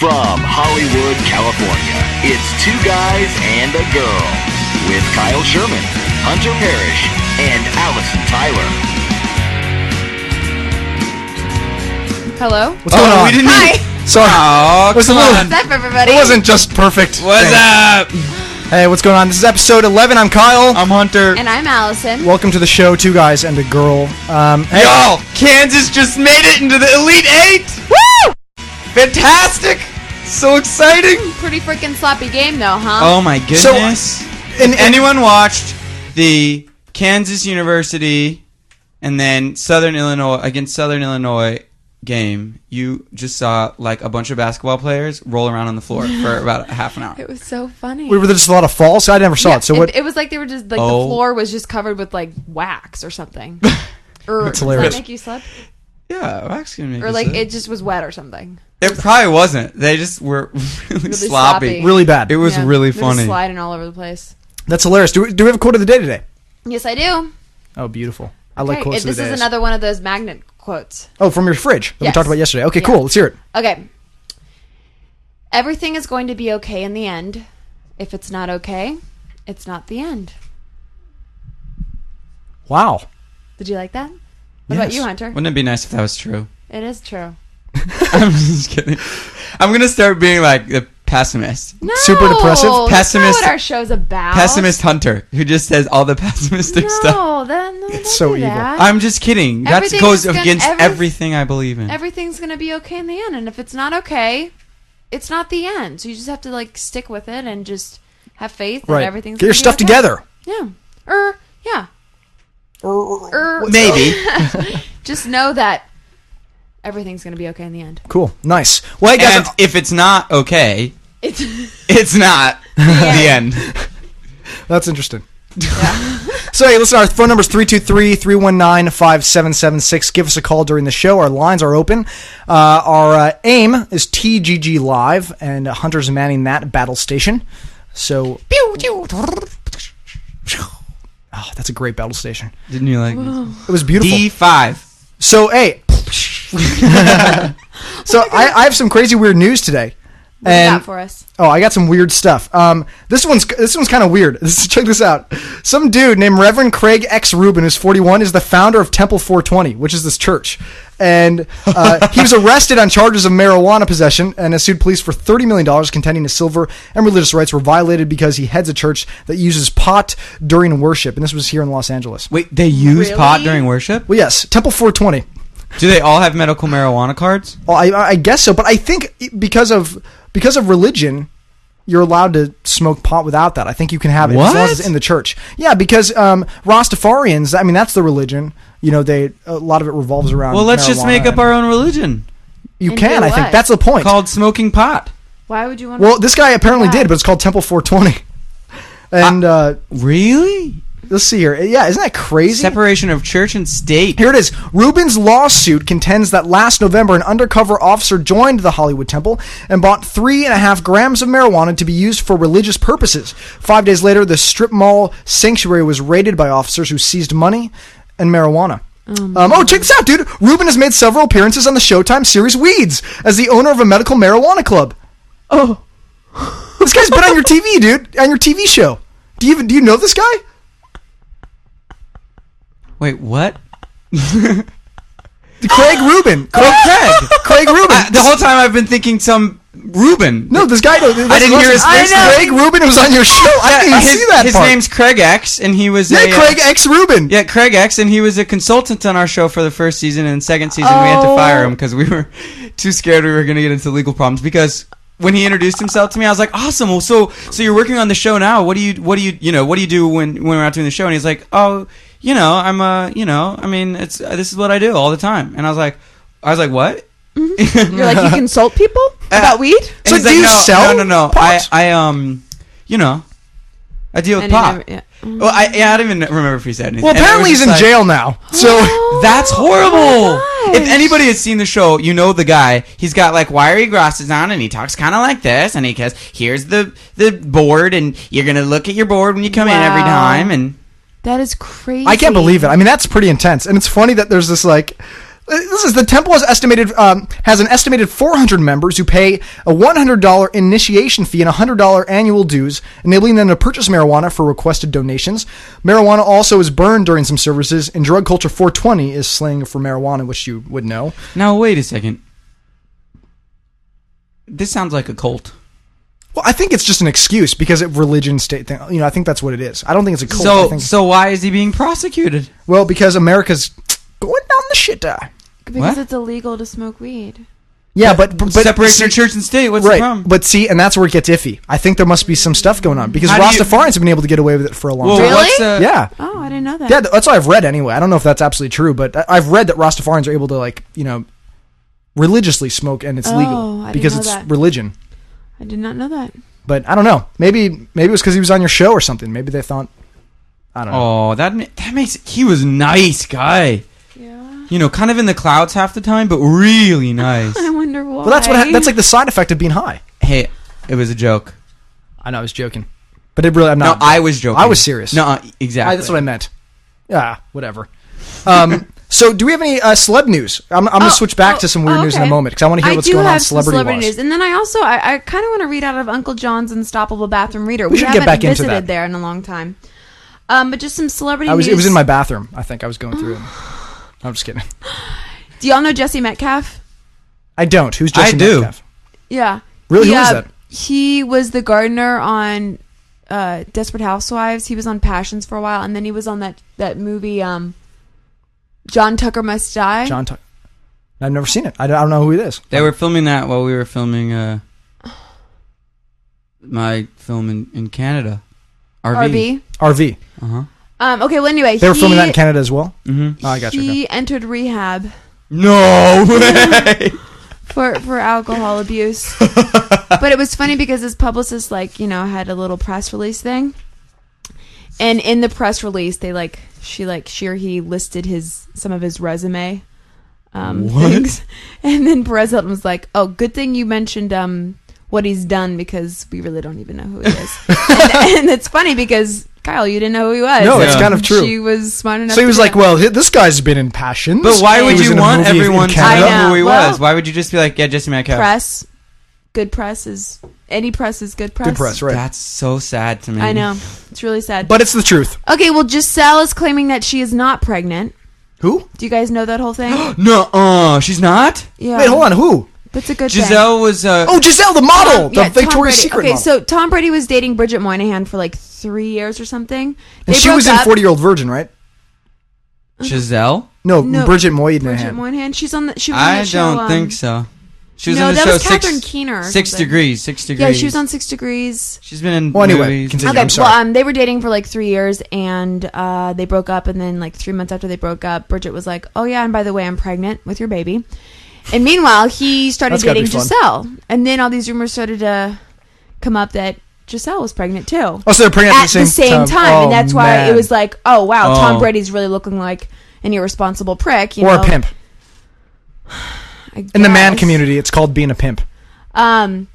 From Hollywood, California, it's Two Guys and a Girl with Kyle Sherman, Hunter Parrish, and Allison Tyler. Hello? What's going on? we didn't Hi! even- Sorry. Aw, What's a come little- on. What's up, everybody? It wasn't just perfect. What's Thanks. up? Hey, what's going on? This is episode 11. I'm Kyle. I'm Hunter. And I'm Allison. Welcome to the show, Two Guys and a Girl. Um, hey, Y'all, Kansas just made it into the Elite Eight. Woo! Fantastic. So exciting. Pretty freaking sloppy game, though, Uh, huh? Oh my goodness. and, if anyone watched the Kansas University and then Southern Illinois against Southern Illinois game, you just saw like a bunch of basketball players roll around on the floor for about a half an hour. It was so funny. we were just a lot of false. I never saw Yeah, it. So what? It, was like they were just like Oh. the floor was just covered with like wax or something. Or That's does hilarious. that make you slip? Yeah, wax can make Or you like sick. it just was wet or something. It probably wasn't. They just were really, sloppy. sloppy. really bad. It was Yeah. really They're just funny. sliding all over the place. That's hilarious. Do we, do we have a quote of the day today? Yes, I do. Oh, beautiful. I Okay, like quotes it- of this the is days. another one of those magnet quotes. Oh, from your fridge that we Yes. talked about yesterday. Okay, Yeah. cool. Let's hear it. Okay. Everything is going to be okay in the end. If it's not okay, it's not the end. Wow. Did you like that? What about Yes. you, Hunter? Wouldn't it be nice if that was true? It is true. I'm just kidding. I'm gonna start being like the pessimist, No, Super depressive? that's not Pessimist- what our show's about. pessimist hunter who just says all the pessimistic stuff. No, that, no It's don't so do evil. that. I'm just kidding. That Everything's goes gonna- against every- everything I believe in. Everything's gonna be okay in the end, and if it's not okay, it's not the end. So you just have to like stick with it and just have faith that Right. everything's Get your gonna be stuff okay. together. Yeah. Or yeah. Er, Or- Or Maybe. just know that everything's gonna be okay in the end. Cool. Nice. Well, hey, guys. and if it's not okay, It's it's not the end. That's interesting. so, hey, listen, our phone number is 323 319 5776. Give us a call during the show. Our lines are open. Uh, our uh, aim is TGG Live, and uh, Hunter's manning that battle station. So. Oh, that's a great battle station. Didn't you like It was beautiful. D five? so, hey. so, I, I have some crazy weird news today. what you got for us. Oh, I got some weird stuff. Um, this one's this one's kind of weird. This, check this out. Some dude named Reverend Craig X Rubin, who's 41, is the founder of Temple 420, which is this church, and uh, he was arrested on charges of marijuana possession and has sued police for 30 million dollars, contending his silver and religious rights were violated because he heads a church that uses pot during worship, and this was here in Los Angeles. Wait, they use pot Really? during worship? Well, yes, Temple 420. Do they all have medical marijuana cards? Well, I, I guess so, but I think because of because of religion, you're allowed to smoke pot without that. I think you can have it as long as What? it's in the church. Yeah, because um, Rastafarians, I mean, that's the religion. You know, they a lot of it revolves around. Well, let's just marijuana make up and- our own religion You And can, do I think what? that's the point. called smoking pot. Why would you want? well, this guy apparently Why? did, but it's called Temple 420. Ah. And uh, Really? let's see here. Yeah, isn't that crazy? Separation of church and state. Here it is. Rubin's lawsuit contends that last November, an undercover officer joined the Hollywood Temple and bought three and a half grams of marijuana to be used for religious purposes. Five days later, the strip mall sanctuary was raided by officers who seized money and marijuana. Um, oh, check this out, dude. Rubin has made several appearances on the Showtime series Weeds as the owner of a medical marijuana club. Oh. this guy's been on your TV, dude, on your TV show. Do you even, do you know this guy? Wait, what? Craig Rubin. Craig Craig. Craig Rubin. I- the whole time I've been thinking some Ruben. Uh, No, this guy. I didn't hear his first name. Craig Rubin was on your show. I didn't even his, see that. His part. name's Craig X, and he was yeah, a uh, Craig X Rubin. yeah, Craig X, and he was a consultant on our show for the first season. And second season, we had to Oh. fire him because we were too scared we were going to get into legal problems. Because when he introduced himself to me, I was like, "Awesome! Well, so so you're working on the show now? What do you what do you you know what do you do when when we're not doing the show?" And he's like, "Oh, you know, I'm uh you know, I mean, it's uh, this is what I do all the time." And I was like, I was like, "What?" You're like you consult people about weed. And So he's do you no, sell No, no, no. pot? I, I, um, you know, I a deal And with he Pop. never- yeah. Well, I, yeah, I don't even remember if he said anything. Well, And it apparently was he's in just like- jail now. So That's horrible. Oh my if gosh. anybody has seen the show, you know the guy. He's got like wiry glasses on, and he talks kind of like this. And he goes, "Here's the the board, and you're gonna look at your board when you come in every Wow. time." And That is crazy. I can't believe it. I mean, that's pretty intense. And it's funny that there's this like. uh, This is the temple is estimated um, has an estimated 400 members who pay a $100 initiation fee and $100 annual dues, enabling them to purchase marijuana for requested donations. Marijuana also is burned during some services, and drug culture 420 is slang for marijuana, which you would know. now, wait a second. This sounds like a cult. Well, I think it's just an excuse because of religion state thing. You know, I think that's what it is. I don't think it's a cult. I so, think- so why is he being prosecuted? well, because America's going down the shitter. because What? it's illegal to smoke weed. Yeah, but but Separation see- of church and state. What's the right, problem? but see, and that's where it gets iffy. I think there must be some stuff going on because How do you- Rastafarians have been able to get away with it for a long Well, uh, time. Really? what's the- Yeah, Oh, I didn't know that. yeah, th- that's what I've read anyway. I don't know if that's absolutely true, but I- I've read that Rastafarians are able to like you know religiously smoke and it's Oh, legal I didn't because know it's that. religion. I did not know that. But I don't know. Maybe maybe it was because he was on your show or something. Maybe they thought I don't know. Oh, that ma- that makes he was nice guy. Yeah. You know, kind of in the clouds half the time, but really nice. I wonder why. Well, that's what ha- that's like the side effect of being high. hey, it was a joke. I know I was joking, but it really I'm No, not. I was joking. Um, I was serious. No, uh, exactly. I, that's what I meant. Yeah, whatever. Um, so, do we have any uh, celeb news? I'm, I'm going to Oh, switch back oh, to some weird oh, news in a okay. moment because I want to hear what's do going on have some celebrity celebrity wise. news, and then I also I, I kind of want to read out of Uncle John's Unstoppable Bathroom Reader. We should get haven't back into visited that. there in a long time, um, but just some celebrity I was news. it was in my bathroom. I think I was going through. it. I'm just kidding. Do y'all know Jesse Metcalf? I don't. Who's Jesse I do. Metcalf? Yeah. Really? He, Who is uh, that? He was the gardener on uh, Desperate Housewives. He was on Passions for a while, and then he was on that that movie um, John Tucker Must Die. John Tucker. I've never seen it. I don't, I don't know who it is. They were filming that while we were filming uh, my film in, in Canada. RB. RV. RV. Uh huh. Um, okay. Well, anyway, They were he, filming that in Canada as well. Mm-hmm. Oh, I got you. okay. He entered rehab No way. for for alcohol abuse, but it was funny because his publicist, like you know, had a little press release thing, and in the press release, they like she like she or he listed his some of his resume um, What? things, and then Perez Hilton was like, "Oh, good thing you mentioned um what he's done because we really don't even know who he is," and, and it's funny because. Kyle, you didn't know who he was. No, it's Yeah. kind of true. She was smart enough. So he to was do like, that. "Well, hi- this guy's been in Passions." but why would He was you in a want movie in everyone to Canada. I know who he Well- was? Why would you just be like, yeah, Jesse Metcalf? press. Good press is any press is good press. Good press, right? That's so sad to me. I know it's really sad. But it's the truth. okay, well, Giselle is claiming that she is not pregnant. Who? Do you guys know that whole thing? No, uh, she's not. yeah. Wait, hold on. Who? That's a good thing. Giselle was. Uh, Oh, Giselle, the model, Tom- the yeah, Tom Victoria's Brady. Secret Okay, model. so Tom Brady was dating Bridget Moynihan for like three years or something. They and she broke was in up. Forty Year Old Virgin, right? Oh. Giselle. No, No, Bridget Moynihan. Bridget Moynihan. She's on the. She was on I that show, don't um, think so. She was no, on the that show was six, Catherine Keener or Six something. degrees. Six degrees. Yeah, she was on Six Degrees. She's been in. Well, anyway, movies. continue. Okay, I'm sorry. well, um, they were dating for like three years, and uh, they broke up. And then, like three months after they broke up, Bridget was like, "Oh yeah, and by the way, I'm pregnant with your baby." And meanwhile, he started That's gotta dating be fun. Giselle, and then all these rumors started to come up that Giselle was pregnant too Oh, so they're pregnant at the same time, Oh, and that's why man. it was like, "Oh wow, Oh. Tom Brady's really looking like an irresponsible prick," you or know, a pimp. I In the man guess. community, it's called being a pimp. Um,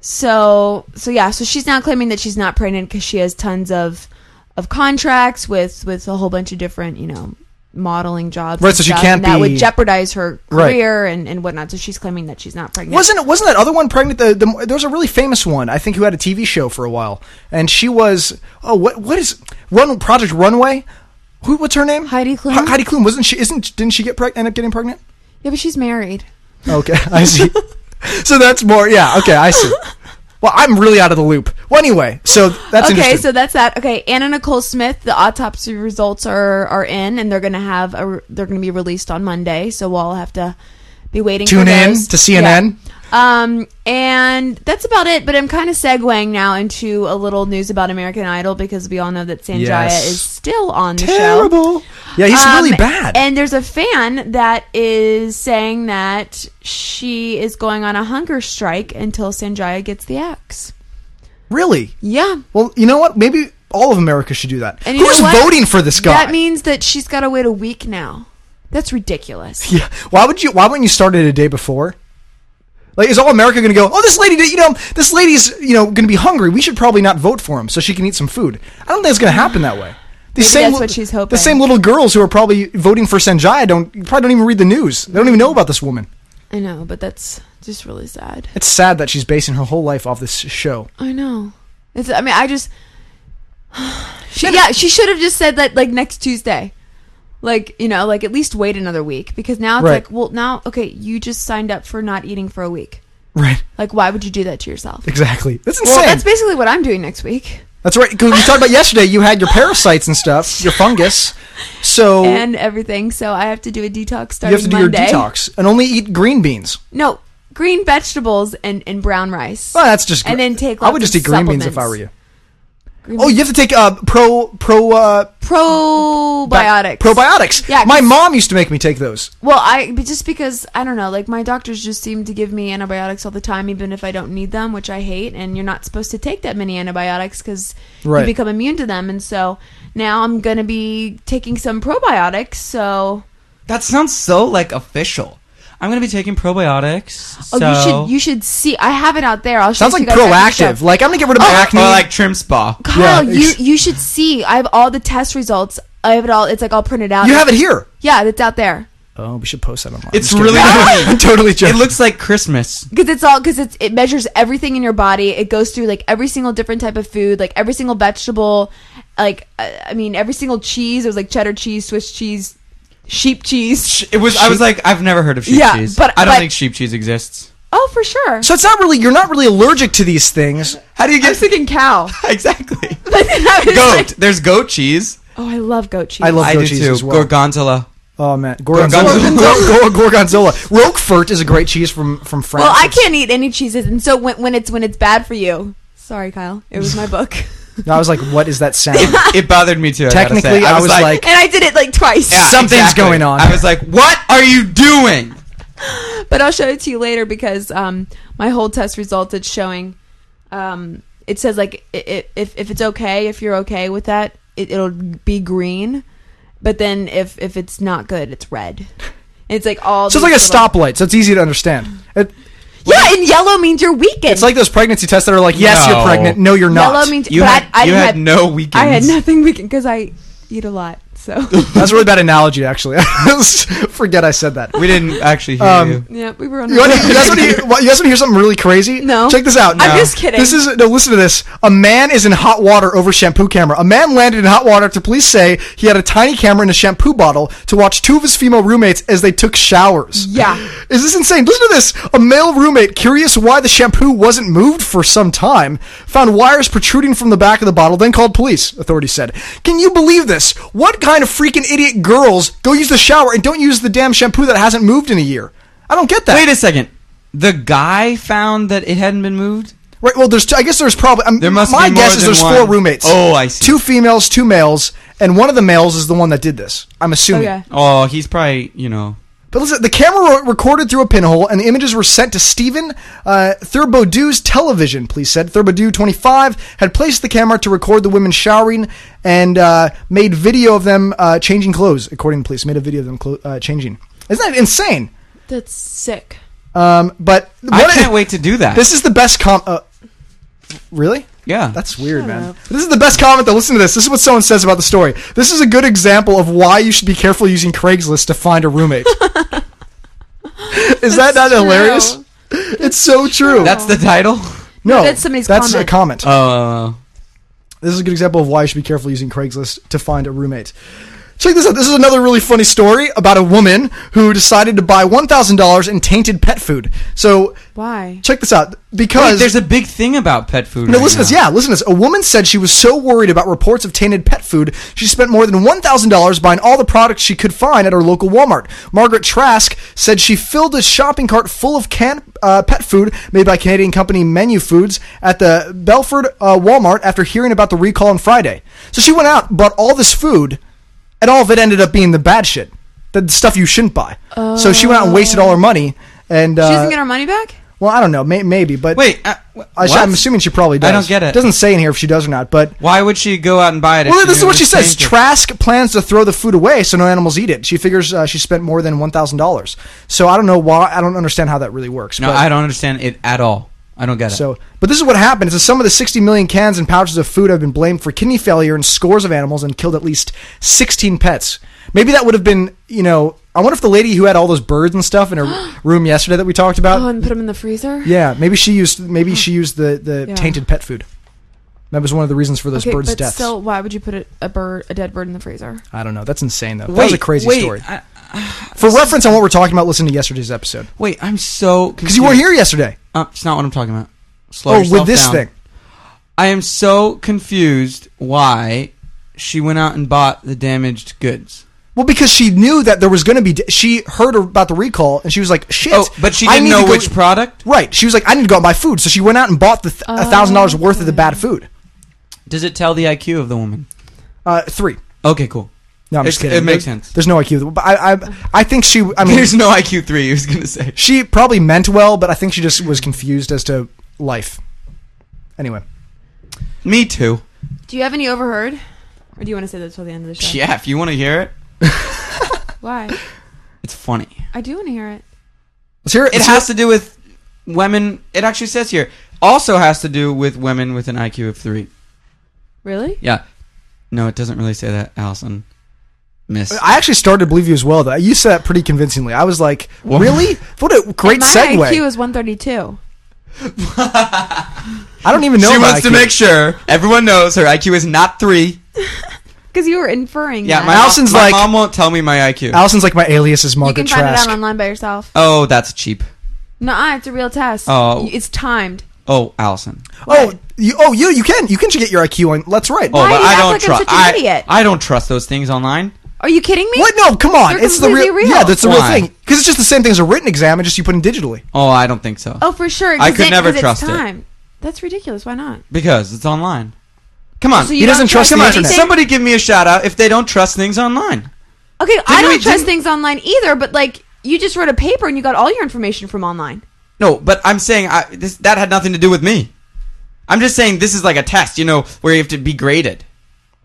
so so yeah, so she's now claiming that she's not pregnant because she has tons of of contracts with with a whole bunch of different you know modeling jobs. Right, and so she stuff, can't and that be- would jeopardize her Right. career and and whatnot. So she's claiming that she's not pregnant. Wasn't it? Wasn't that other one pregnant? The, the there was a really famous one, I think, who had a TV show for a while, and she was oh, what what is Run Project Runway? Who? What's her name? Heidi Klum? Heidi Klum wasn't she? Isn't didn't she get preg- end up getting pregnant? yeah, but she's married. Okay, I see. so that's more. Yeah. Okay, I see. Well, I'm really out of the loop. Well, anyway, so that's okay, interesting. so that's that. Okay, Anna Nicole Smith. The autopsy results are are in, and they're gonna have a they're gonna be released on Monday. So we'll all have to be waiting. Tune for in those. to CNN. Yeah. Um, and that's about it. But I'm kind of segueing now into a little news about American Idol because we all know that Sanjaya Yes. is still on the show. terrible. Yeah, he's Um, really bad. And there's a fan that is saying that she is going on a hunger strike until Sanjaya gets the axe. really. Yeah. Well, you know what? Maybe all of America should do that. And you Who's know what? voting for this guy? That means that she's got to wait a week now. That's ridiculous. Yeah. Why would you? Why wouldn't you start it a day before? Like, is all America going to go? Oh, this lady, did- you know, this lady's, you know, going to be hungry. We should probably not vote for him so she can eat some food. I don't think it's going to happen that way. The Maybe that's what she's hoping. The same little girls who are probably voting for Sanjaya don't probably don't even read the news. They don't even know about this woman. I know, but that's just really sad. It's sad that she's basing her whole life off this show. I know. It's. I mean, I just. she, yeah, she should have just said that like next Tuesday, like you know, like at least wait another week because now it's Right. like, well, now okay, you just signed up for not eating for a week. Right. Like, why would you do that to yourself? Exactly. That's insane. Well, that's that's, basically what I'm doing next week, right. 'Cause we talked about yesterday. You had your parasites and stuff, your fungus. So and everything. So I have to do a detox you starting have to do Monday. your detox and only eat green beans. No, green vegetables and, and brown rice. Well, that's just. And then take I would lots just of eat green beans if supplements. I were you. Green Oh, you have to take uh, pro pro uh, probiotics. Probiotics. Yeah, 'cause- My mom used to make me take those. Well, I but just because I don't know, like my doctors just seem to give me antibiotics all the time, even if I don't need them, which I hate. And you're not supposed to take that many antibiotics because Right. you become immune to them. And so now I'm gonna be taking some probiotics. So That sounds so like official. I'm gonna be taking probiotics. oh, so. you should you should see. I have it out there. I'll show Sounds it to like you guys after the proactive. show. Like I'm gonna get rid of Oh, my Or- acne. or like trim spa. Kyle, Yeah, you ex- you should see. I have all the test results. I have it all. It's like all printed out. you have it here. Yeah, that's out there. Oh, we should post that online. It's I'm just kidding. really- I'm totally It joking. looks like Christmas. because it's all because it's it measures everything in your body it goes through like every single different type of food like every single vegetable like uh, i mean every single cheese it was like cheddar cheese swiss cheese sheep cheese It was. I was like, I've never heard of sheep Yeah, cheese. but- I don't but- think sheep cheese exists. oh for sure so it's not really. You're not really allergic to these things. How do you i get was thinking cow exactly I was goat? like- There's goat cheese. oh i love goat cheese I love I goat do cheese too. as well. Gorgonzola. Oh man, gorgonzola. Gorgonzola. Gor- gor- gorgonzola. Roquefort is a great cheese from from France. well i It's- can't eat any cheeses and so when, when it's when it's bad for you sorry kyle it was my book No, I was like, what is that sound? It bothered me too. I gotta say. Technically, I was like- and i did it like twice Yeah, Something's going on I here. was like, what are you doing? but I'll show it to you later because um, my whole test resulted showing. Um, it says like i- i- if if it's okay, if you're okay with that, it, it'll be green. But then if if it's not good, it's red. And it's like all. so it's these like a little- stoplight. So it's easy to understand. It, Yeah, and yellow means you're weakened. it's like those pregnancy tests that are like, yes, you're No. pregnant. No, you're not. yellow means. You but had, I, I you didn't had, have- no weekends. I had nothing weakened because I eat a lot. So That's a really bad analogy, actually. I forget I said that. We didn't actually hear Um, you. yeah, we were on. You want to you guys wanna hear, what- you guys wanna hear something really crazy? No. Check this out. I'm No. just kidding. This is no. Listen to this. A man is in hot water over shampoo camera. A man landed in hot water after police say he had a tiny camera in a shampoo bottle to watch two of his female roommates as they took showers. Yeah. Is this insane? Listen to this. A male roommate, curious why the shampoo wasn't moved for some time, found wires protruding from the back of the bottle, then called police, authorities said. Can you believe this? What kind of freaking idiot girls go use the shower and don't use the damn shampoo that hasn't moved in a year? I don't get that. Wait a second. The guy found that it hadn't been moved. Right. Well, there's. Two, I guess there's probably. Um, There must My be more guess is than there's one. four roommates. Oh, I see. Two females, two males, and one of the males is the one that did this. I'm assuming. Okay. Oh, he's probably you know. But listen, the camera re- recorded through a pinhole, and the images were sent to Stephen uh, Thurbaudeau's television. Police said Thurbaudeau, 25, had placed the camera to record the women showering and uh, made video of them uh, changing clothes. According to police, made a video of them clo- uh, changing. Isn't that insane? That's sick. Um, but I can't wait to do that. This is the best com. Uh, really? yeah. That's weird, man. This is the best comment, though. Listen to this. This is what someone says about the story. This is a good example of why you should be careful using Craigslist to find a roommate. is that not true. hilarious? it's so true. that's the title. no, that's somebody's that's comment. a comment. Uh, This is a good example of why you should be careful using Craigslist to find a roommate. Check this out. This is another really funny story about a woman who decided to buy $1,000 in tainted pet food. So, Why? check this out. Because. wait, there's a big thing about pet food. No, right listen to this. now. Yeah, listen to this. A woman said she was so worried about reports of tainted pet food, she spent more than $1,000 buying all the products she could find at her local Walmart. Margaret Trask said she filled a shopping cart full of canned uh, pet food made by Canadian company Menu Foods at the Belford uh, Walmart after hearing about the recall on Friday. So she went out, bought all this food, and all of it ended up being the bad shit. The stuff you shouldn't buy. So she went out and wasted all her money. And She uh, doesn't get her money back. Well, I don't know. May- maybe, but Wait, uh, wh- I, what? am assuming she probably does. I don't get it. Doesn't say in here if she does or not, but Why would she go out and buy it? if Well, this knew is it what she was says. tainted? Trask plans to throw the food away so no animals eat it. She figures uh, she spent more than one thousand dollars. So I don't know why. I don't understand how that really works. no, but, I don't understand it at all. I don't get it. So, but this is what happened. It's some of the 60 million cans and pouches of food have been blamed for kidney failure in scores of animals and killed at least 16 pets. Maybe that would have been, you know, I wonder if the lady who had all those birds and stuff in her room yesterday that we talked about. Oh, and put them in the freezer. yeah, maybe she used maybe she used the the Yeah. tainted pet food. That was one of the reasons for those Okay, birds' but deaths. still, why would you put a, a bird, a dead bird, in the freezer? I don't know. That's insane though. that was a crazy wait, story. I, For reference on what we're talking about, listen to yesterday's episode wait, I'm so because you weren't here yesterday. Uh, it's not what I'm talking about. Slow Oh, yourself with this down. thing. I am so confused why she went out and bought the damaged goods. Well, because she knew that there was going to be. She heard about the recall and she was like, "Shit!" Oh, but she I didn't need to know go- which product. Right. She was like, "I need to go out and buy food," so she went out and bought the a thousand dollars Oh. worth of the bad food. Does it tell the IQ of the woman? Uh, three. Okay, cool. No, I'm It- just kidding. it makes There- sense. There's no IQ. But I, I, I think she. I mean, There's no IQ three. He was gonna say. she probably meant well, but I think she just was confused as to life. Anyway, Me too. Do you have any overheard, or do you want to say that till the end of the show? Yeah, if you want to hear it, Why? it's funny. I do want to hear it. let's hear it. It let's hear has to do with women. It actually says here. Also has to do with women with an IQ of three. Really? Yeah. No, it doesn't really say that, Allison. Miss. I actually started to believe you as well. Though you said that pretty convincingly. I was like, Wha- "Really? What a great And my segue!" IQ is 132. I don't even know. she my wants to IQ. make sure everyone knows her IQ is not three. Because you were inferring. Yeah, that. my, Allison's Allison's my like- mom won't tell me my IQ. Allison's like my alias is You can Margaret find Trask. it out online by yourself. oh, that's cheap. No, it's a real test. Oh. Y- it's timed. Oh, Allison. oh, you, oh, you, you can, you can get your IQ on. Let's right. Oh, Why but do you I act don't like I'm trust. such an I, idiot? I don't trust those things online. Are you kidding me? What? No, come on. They're It's the real, completely real. Yeah, that's the real Why? thing. Because it's just the same thing as a written exam. It's just you put in digitally. Oh, I don't think so. Oh, for sure. I 'cause could it- never 'cause trust it. it's time. That's ridiculous. Why not? Because it's online. Come on. So He you doesn't don't trust trust the Come on. internet. anything? Somebody give me a shout out if they don't trust things online. Okay, I Didn't don't we- trust didn't- things online either. But like, you just wrote a paper and you got all your information from online. No, but I'm saying I, this, that had nothing to do with me. I'm just saying this is like a test, you know, where you have to be graded.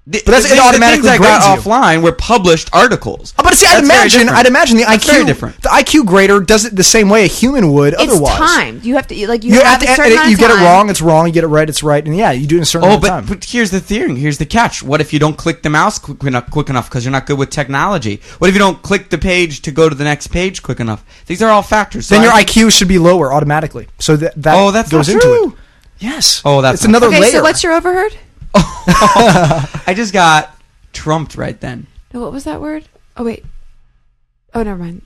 But that's- it automatically the things I got grades you. offline were published articles. Oh, Oh, But see, I'd That's very imagine, different. I'd imagine the That's IQ, very different. the IQ grader does it the same way a human would otherwise. It's timed. You have to like you, You, have at a the certain end, amount you of time. get it wrong, it's wrong. You get it right, it's right. And yeah, you do it in a certain Oh, amount of but, time. but here's the theory. Here's the catch. What if you don't click the mouse quick enough, quick enough because you're not good with technology? What if you don't click the page to go to the next page quick enough? These are all factors. So then your I- IQ should be lower automatically. So that that Oh, that's goes not into true. it. Yes. Oh, that's it's not another Okay, layer. so what's your overheard? I just got trumped right then. No, what was that word? Oh wait. Oh, never mind.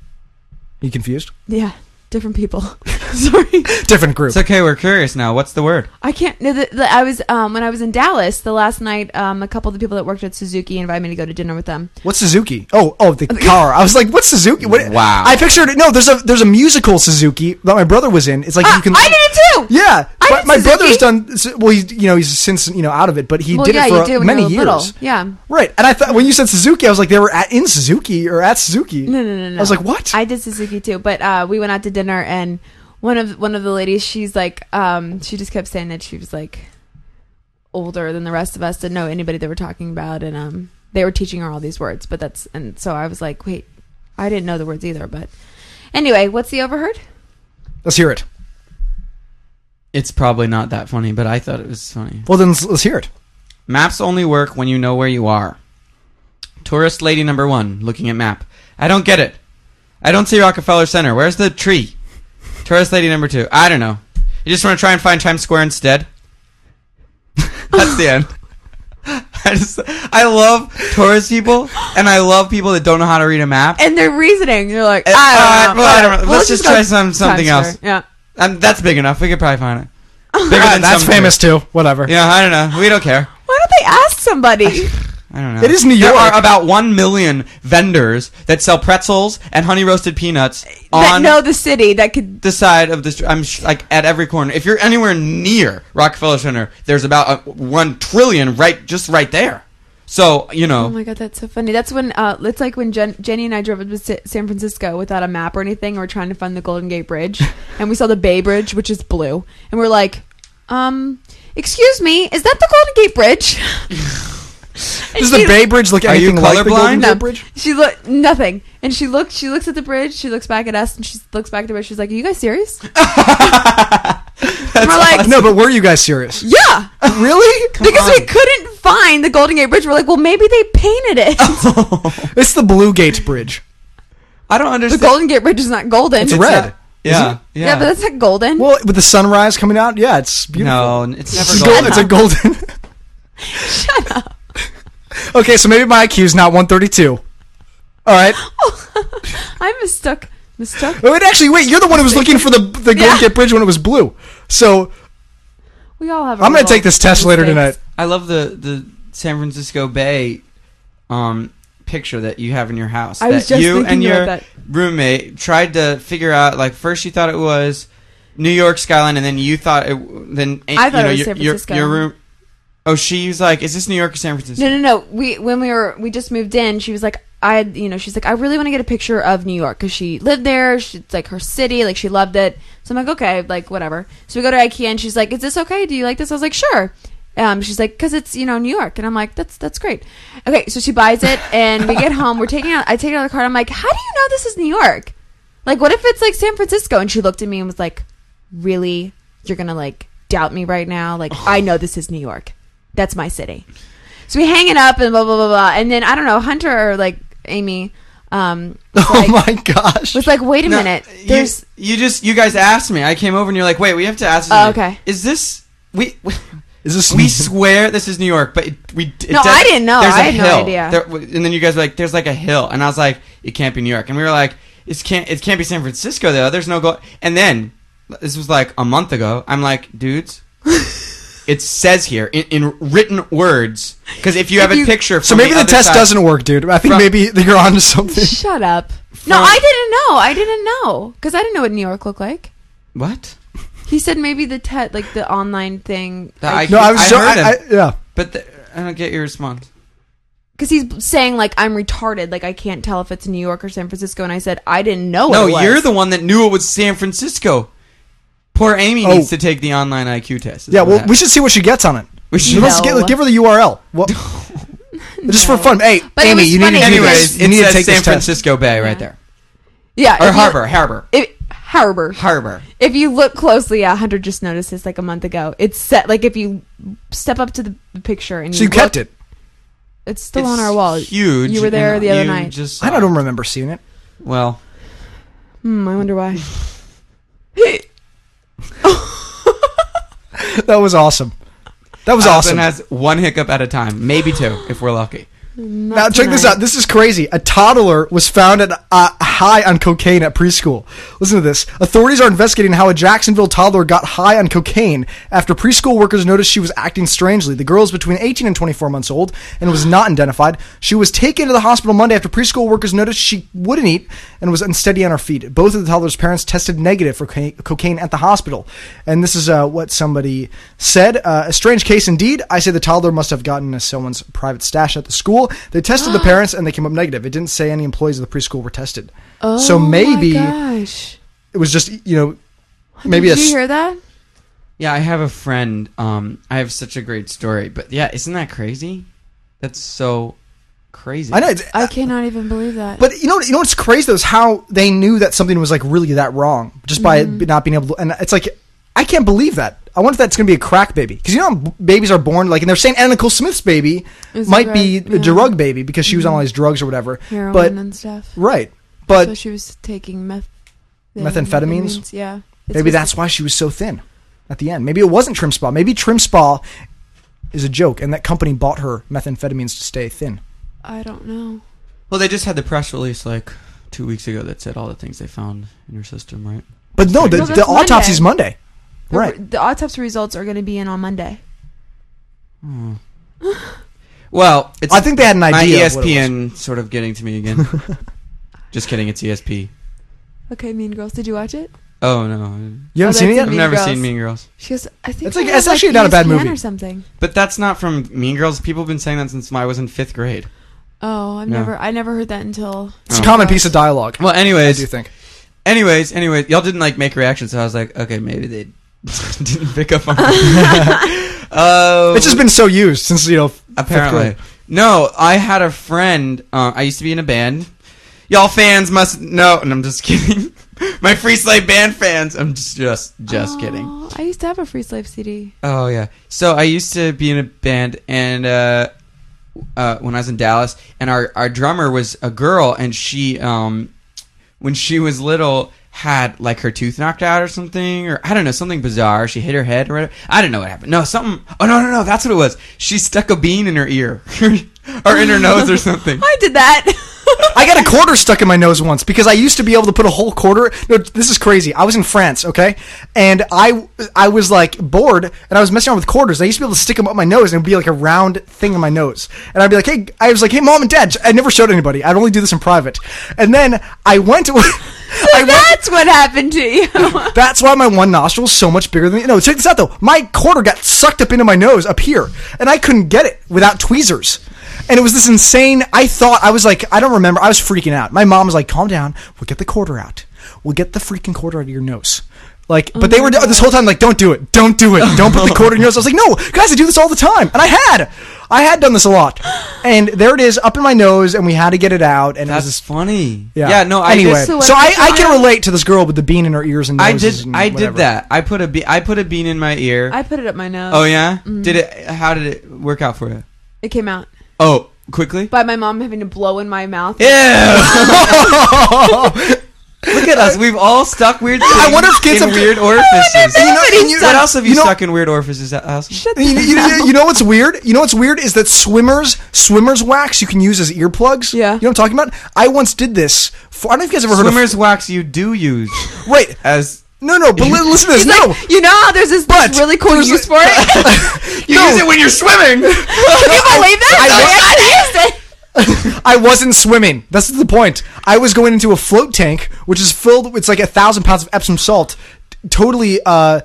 you confused? Yeah, different people. Sorry, Different group. It's okay. We're curious now. What's the word? I can't. No, the, the, I was um, when I was in Dallas the last night. Um, a couple of the people that worked at Suzuki invited me to go to dinner with them. What's Suzuki? Oh, oh, the car. I was like, what's Suzuki? What? Wow. I pictured it. No, there's a there's a musical Suzuki that my brother was in. It's like Ah, you can. I did it too. Yeah, I my, did my Suzuki. brother's done. Well, he's you know he's since you know out of it, but he Well, did yeah, it for you do when many you're years. little. Yeah. Right, and I thought when you said Suzuki, I was like they were at in Suzuki or at Suzuki. No, no, no, no. I was like, what? I did Suzuki too, but uh, we went out to dinner, and one of one of the ladies, she's like, um, she just kept saying that she was like older than the rest of us, didn't know anybody they were talking about, and um, they were teaching her all these words. But that's and so I was like, wait, I didn't know the words either. But anyway, what's the overheard? let's hear it. It's probably not that funny, but I thought it was funny. Well, then let's, let's hear it. Maps only work when you know where you are. Tourist lady number one, looking at map. I don't get it. I don't see Rockefeller Center. Where's the tree? Tourist lady number two. I don't know. You just want to try and find Times Square instead? That's the end. I just I love tourist people and I love people that don't know how to read a map. And their reasoning, they're like, Uh, I uh, don't know. well, I don't know. Well, Let's just go try some- something Times else. Square. Yeah. Um, that's big enough. We could probably find it. Bigger Ah, that's some- famous too. Whatever. Yeah, I don't know. We don't care. Why don't they ask somebody? I don't know. It is New There York. are about one million vendors that sell pretzels and honey roasted peanuts that on know the city that could the side of the street. I'm sh- like at every corner. If you're anywhere near Rockefeller Center, there's about uh one trillion right just right there. So you know, Oh my god, that's so funny. That's when uh, it's like when Jen- Jenny and I drove up to Sa- San Francisco without a map or anything. We are trying to find the Golden Gate Bridge, and we saw the Bay Bridge, which is blue, and we are like, um, excuse me, is that the Golden Gate Bridge? And Does the she- Bay Bridge look Are you anything like the Golden colorblind? Gate No. Bridge? She look nothing, and she looked. She looks at the bridge. She looks back at us, and she looks back at the bridge. She's like, "Are you guys serious?" And we're like, No, but were you guys serious? "Yeah," really? because we on. couldn't find the Golden Gate Bridge. We're like, "Well, maybe they painted it." It's the Blue Gate Bridge. I don't the understand. Golden Gate Bridge is not golden. It's red. not- yeah, yeah. Yeah, but that's not golden. Well, with the sunrise coming out, yeah, it's beautiful. no, n- it's It's, never gold, gold. it's a golden. Shut up. okay, so maybe my IQ is not 132. All right. I mistook. Mistook? Oh, wait, actually, wait. You're the one who was looking for the the Golden Yeah. Gate Bridge when it was blue. So We all have. I'm Oh, gonna take this test later tonight. I love the the San Francisco Bay um, picture that you have in your house. I was that just you thinking and your about that. roommate tried to figure out. Like first, you thought it was New York skyline, and then you thought it. Then eh, I thought you it know, was your, San your- Francisco. Your, room. Oh, she's like, is this New York or San Francisco? No, no, no. We when we were we just moved in. She was like, I had you know she's like I really want to get a picture of New York because she lived there. She, it's like her city. Like she loved it. So I'm like okay, like whatever. So we go to IKEA and she's like, is this okay? Do you like this? I was like sure. Um, she's like, because it's you know New York, and I'm like, that's that's great. Okay, so she buys it, and we get home. We're taking out. I take it out of the car. And I'm like, how do you know this is New York? Like, what if it's like San Francisco? And she looked at me and was like, really? You're gonna like doubt me right now? Like, I know this is New York. That's my city. So we hang it up and blah blah blah blah. And then I don't know, Hunter or like Amy, um, was Oh like, my gosh. was like, wait a No, minute, you- there's You, just you guys asked me. I came over and you're like, wait, we have to ask. Oh, something. okay. Is this we? Is this we swear this is New York, but it, we it No, does- I didn't know. There's I a had no hill. idea. There- w- and then you guys were like, "There's like a hill," and I was like, "It can't be New York." And we were like, "It can't. It can't be San Francisco though. There's no go." And then this was like a month ago. I'm like, "Dudes." It says here in, in written words because if you have you- a picture, so maybe the, test doesn't work, dude. I think From- maybe you're onto something. shut up. No, From- I didn't know. I didn't know because I didn't know what New York looked like. What? He said maybe the te- like the online thing The because No, I was. I so, heard I, I, him. yeah. But the, I don't get your response. he's saying like I'm retarded, like I can't tell if it's New York or San Francisco. And I said I didn't know. No, what it was. you're the one that knew it was San Francisco. Poor Amy Oh. needs to take the online IQ test. is Yeah. what Well, happened. we should see what she gets on it. We should- Let's get- No. give her the URL. Well, Just for fun. Hey, But it Amy, was you funny need to do Anyways, this. You it need to says take San this test. Francisco Bay right there. yeah Or if you- Harbor, Harbor. If, harbor. Harbor. if you look closely, yeah, Hunter just noticed this like a month ago. It's set like if you step up to the picture and So you look- kept it. It's still on our wall. Huge. You were there and the other you night. Just, I don't remember seeing it. Well, Hmm, I wonder why. That was awesome. That was awesome. Austin has one hiccup at a time, maybe two if we're lucky. Now check this out. This is crazy. A toddler was found at, uh, high on cocaine at preschool. Listen to this. Authorities are investigating how a Jacksonville toddler got high on cocaine after preschool workers noticed she was acting strangely. The girl is between 18 and 24 months old and was not identified. She was taken to the hospital Monday after preschool workers noticed she wouldn't eat and was unsteady on her feet. Both of the toddler's parents tested negative for cocaine- cocaine at the hospital. And this is uh, what somebody said. Uh, a strange case indeed. I say the toddler must have gotten someone's private stash at the school. They tested the parents and they came up negative. It didn't say any employees of the preschool were tested. Oh, so maybe my gosh. it was just, you know, maybe Did a you s- hear that? Yeah, I have a friend. Um, I have such a great story, but yeah, isn't that crazy? That's so crazy. I know, it's, I cannot even believe that. Uh, but you know, you know what's crazy though is how they knew that something was like really that wrong just by Mm-hmm. it not being able to. And it's like, I can't believe that. I wonder if that's going to be a crack baby because you know how b- babies are born like, and they're saying Anna Nicole Smith's baby Is a might be drug, yeah. Mm-hmm. a drug baby because she was on all these drugs or whatever. heroin but and stuff. right, so but she was taking meth. Methamphetamines? Yeah. It's maybe supposed that's to- why she was so thin at the end. Maybe it wasn't Trim Spa. Maybe Trim Spa is a joke, and that company bought her methamphetamines to stay thin. I don't know. well, they just had the press release like two weeks ago that said all the things they found in your system, right? But no, the, No, the that's autopsy's Monday. The- Right. The autopsy results are going to be in on Monday. Well, it's I think they had an my E idea. of what it was. ESPN sort of getting to me again. just kidding, it's ESP. Okay, Mean Girls, did you watch it? Oh You no, haven't Oh, seen it that's yet? I've Mean never Girls. seen Mean Girls. She goes, I E think It's like- that it's was, actually not a bad ESPN movie. or something. But that's not from Mean Girls. People have been saying that since I was in fifth grade. Oh, I've Yeah. never, I never heard that until. It's a common piece of dialogue. Well, I anyways, do think. anyways, anyways, y'all didn't like make reactions, so I was like, okay, maybe they didn't pick up on. it. Oh, It's just been so used since, you know, fifth grade. apparently. No, I had a friend. Uh, I used to be in a band. Y'all fans must know, and I'm just kidding. My free slave band fans. I'm just just, just Oh, kidding. I used to have a Free Slave CD. Oh yeah. So I used to be in a band, and uh, uh, when I was in Dallas, and our our drummer was a girl, and she um, when she was little had like her tooth knocked out or something or I don't know something bizarre. She hit her head or whatever. I don't know what happened. No, something. Oh no no no, that's what it was. She stuck a bean in her ear or in her nose or something. I did that. I got a quarter stuck in my nose once because I used to be able to put a whole quarter. No, this is crazy. I was in France, okay, and I I was like bored, and I was messing around with quarters. I used to be able to stick them up my nose, and it'd be like a round thing in my nose. And I'd be like, hey, I was like, hey, mom and dad. I never showed anybody. I'd only do this in private. And then I went. I went. That's what happened to you. That's why my one nostril is so much bigger than the no. Check this out though. My quarter got sucked up into my nose up here, and I couldn't get it without tweezers. And it was this insane. I thought I was like I don't remember. I was freaking out. My mom was like, "Calm down. We'll get the quarter out. We'll get the freaking quarter out of your nose." Like, but they were this whole time like, "Don't do it. Don't do it. Don't put the quarter in your nose." I was like, "No, guys, I do this all the time." And I had, I had done this a lot. And there it is, up in my nose, and we had to get it out. And it was this, That's funny. yeah. no. I anyway, just- so, So I, as a I can child- relate to this girl with the bean in her ears and I noses did. and I did whatever. that. I put a be- I put a bean in my ear. I put it up my nose. oh yeah. Mm. Did it? How did it work out for you? It came out Oh, quickly. by my mom having to blow in my mouth. Yeah. Look at us. We've all stuck weird things I wonder if kids in have- weird orifices. You know- and you- what else have you, you know- stuck in weird orifices? Allison? Shut You, you- you- you know what's weird? You know what's weird is that swimmers swimmers wax you can use as earplugs. Yeah. you know what I'm talking about. I once did this. For, I don't know if you guys ever heard Swimmers wax you do use of right. as No, no, but li- listen to this. He's No, like, you know how there's this, this But really cool there's a- use for it? Can you No. use it when you're swimming. you believe that? I, used it. I wasn't swimming. That's the point. I was going into a float tank, which is filled. with It's like a thousand pounds of Epsom salt. t- Totally. uh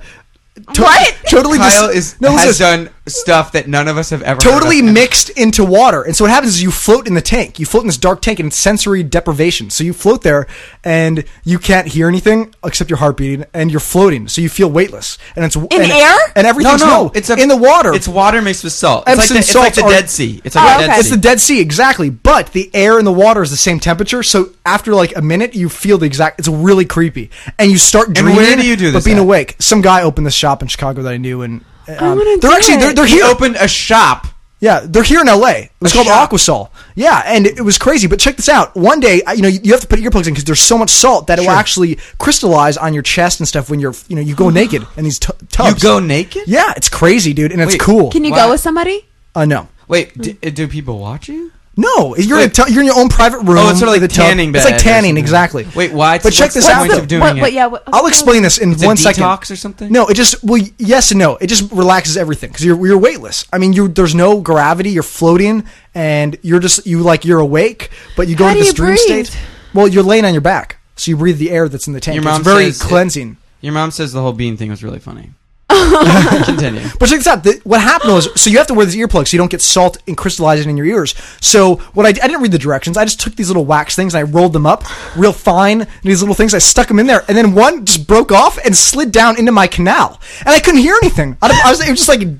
to- What? Totally. dis- Kyle is no, listen to has this. done stuff that none of us have ever heard of. totally mixed into water. And so what happens is you float in the tank. You float in this dark tank and it's sensory deprivation. So you float there and you can't hear anything except your heart beating and you're floating. So you feel weightless. And it's in air? and No, everything's no, it's a, in the water. It's water mixed with salt. It's like Epsom the, it's like salts the are- Dead Sea. It's like Oh, the Dead okay. Sea. it's the Dead Sea, exactly. But the air and the water is the same temperature, so after like a minute, you feel the exact. It's really creepy, and you start And dreaming. where do you do But this being at? awake, some guy opened this shop in Chicago that I knew, and um, wanna they're do actually they're, it. they're he here. opened a shop. Yeah, they're here in LA. It was A called shop. Aquasol. Yeah, and it, it was crazy. But check this out. One day, I- you know, you, you have to put earplugs in because there's so much salt that it will Sure. actually crystallize on your chest and stuff when you're, you know, you go naked in these t- You tubs. go naked? Yeah, it's crazy, dude, and it's Wait. cool. Can you Wow. go with somebody? uh, no. Wait, do, do people watch you? No, you're in a Wait. tu- you're in your own private room. Oh, it's sort of like with a tub. tanning It's like bed or tanning, something. exactly. Wait, why- But check what's this the out. point of doing what, it? What, yeah, what, I'll explain this in a one second. detox or something? No, it just well, yes and no. It just relaxes everything because you're you're weightless. I mean, you there's no gravity. You're floating, and you're just you like you're awake, but you go How into do this you dream breathe? state. Well, you're laying on your back, so you breathe the air that's in the tank. Your mom it's very says it- cleansing. Your mom says the whole bean thing was really funny. Continue. But check this out. The, what happened was, so you have to wear these earplugs so you don't get salt and crystallizing in your ears. So what I, d- I didn't read the directions. I just took these little wax things and I rolled them up real fine. And these little things, I stuck them in there. And then one just broke off and slid down into my canal. And I couldn't hear anything. I, don't- I was, it was just like d-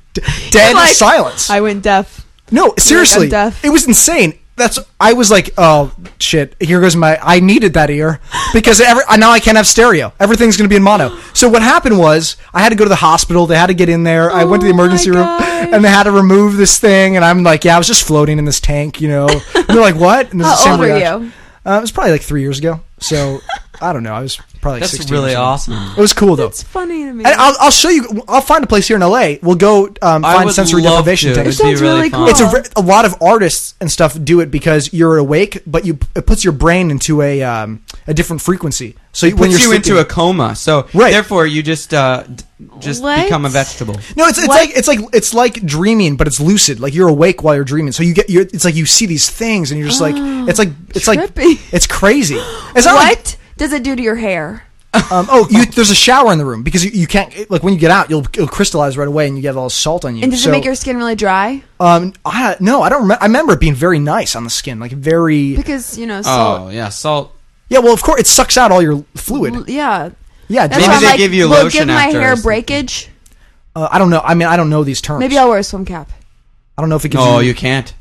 dead Like, silence. I went deaf. no, seriously. deaf. it was insane. That's I was like, oh shit! Here goes my. I needed that ear because every, now I can't have stereo. Everything's going to be in mono. So what happened was I had to go to the hospital. They had to get in there. I went to the Oh my emergency room gosh. and they had to remove this thing. And I'm like, yeah, I was just floating in this tank, you know. And they're like, what? And this is the How same old were reaction. you? Uh, it was probably like three years ago. So I don't know. I was probably like That's 16 or really something. awesome. It was cool though. It's funny to me. and um, I'll, I'll show you. I'll find a place here in LA. We'll go um, I find would sensory love deprivation to. tanks. It'd be sounds really fun. cool. It's a, ve- a lot of artists and stuff do it because you're awake, but you it puts your brain into a um, a different frequency. So you, when puts you're you into a sleeping- coma. So Right. therefore, you just uh, d- just What? become a vegetable. no, it's, it's What? like it's like it's like dreaming, but it's lucid. Like you're awake while you're dreaming, so you get you're, it's like you see these things, and you're just like it's like it's like Oh, trippy. it's crazy. It's what not like- does it do to your hair? Um, oh, you, there's a shower in the room because you, you can't like when you get out, you'll it'll crystallize right away, and you get all the salt on you. And does So, it make your skin really dry? Um, I, no, I don't. Remember, I remember it being very nice on the skin, like very. Because you know, Oh salt. yeah, salt. yeah, well, of course, it sucks out all your fluid. L- yeah. Yeah, That's just- why I'm they like, give you will lotion give my after or hair something. breakage. uh, I don't know. I mean, I don't know these terms. Maybe I'll wear a swim cap. I don't know if it gives No, you. you can't.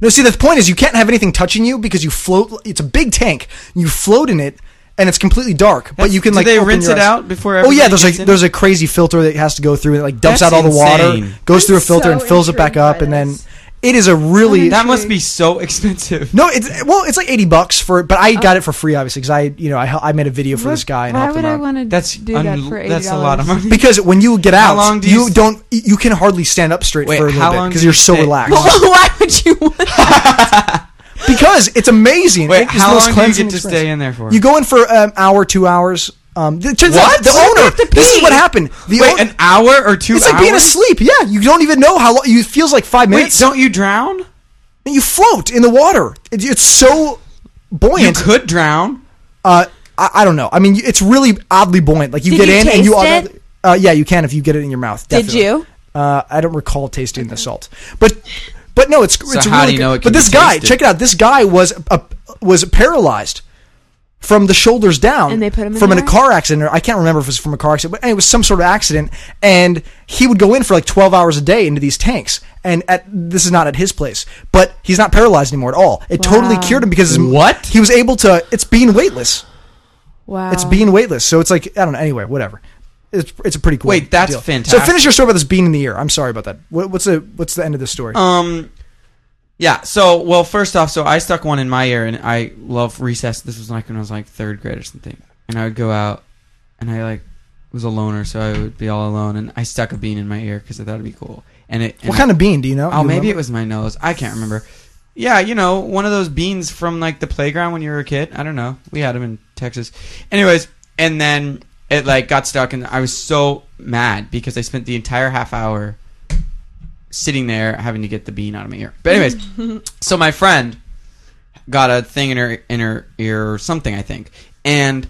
No, see, the point is you can't have anything touching you because you float. It's a big tank. You float in it, and it's completely dark. but you can do like they open rinse your it eyes. out before Oh yeah, everybody there's like gets in? there's a crazy filter that has to go through. and It like dumps That's out all the water, insane. goes through a I'm filter, so and fills it back intrigued up, by and then this. it is a really That must be so expensive. no. It's well, it's like eighty bubucks for, but I got it for free obviously because I you know I hel- I made a video for this guy and Oh. Why helped would him I out. want to That's do that un- for $80? that's a lot of money. because when you get out, long do you, you s- don't you can hardly stand up straight Wait, for a how little bit long because do you're you so stay- relaxed. Why would you want because it's amazing. Wait, It's the how most long do you cleansing get to experience. stay in there for? You go in for an hour, two hours. Um, the, turns out What? the Why do you owner. have to This is pee? what happened. The Wait, owner- an hour or two it's like being hours? asleep. Yeah, you don't even know how long. You it feels like five Wait, minutes. don't you drown? you float in the water. It, it's so You buoyant. could drown. Uh, I, I don't know. I mean, it's really oddly buoyant. Like you Did get you in and taste you. it? automatically- Uh, yeah, you can if you get it in your mouth. Did definitely. you? Uh, I don't recall tasting the salt, but but no, it's it's how really. do you know good- it can but be this guy, tasted? check it out. This guy was uh, was paralyzed from the shoulders down, And they put him in from there? a car accident. Or I can't remember if it was from a car accident, but it was some sort of accident. And he would go in for like twelve hours a day into these tanks. And at this is not at his place, but he's not paralyzed anymore at all. It totally Wow. cured him because his- What? he was able to. It's being weightless. Wow. It's being weightless. So it's like I don't know. Anyway, whatever. It's, it's a pretty cool. Wait, that's deal. So fantastic. finish your story about this bean in the ear. I'm sorry about that. What, what's the what's the end of the story? Um, yeah. So, well, first off, so I stuck one in my ear, and I love recess. This was like when I was like third grade or something, and I would go out, and I like was a loner, so I would be all alone, and I stuck a bean in my ear because I thought it'd be cool. And it. what kind of bean do you know? Oh, maybe it was my nose. I can't remember. Yeah, you know, one of those beans from like the playground when you were a kid. I don't know. We had them in Texas. Anyways, and then it like got stuck, and I was so mad because I spent the entire half hour sitting there having to get the bean out of my ear. But anyways, so my friend got a thing in her in her ear or something, I think, and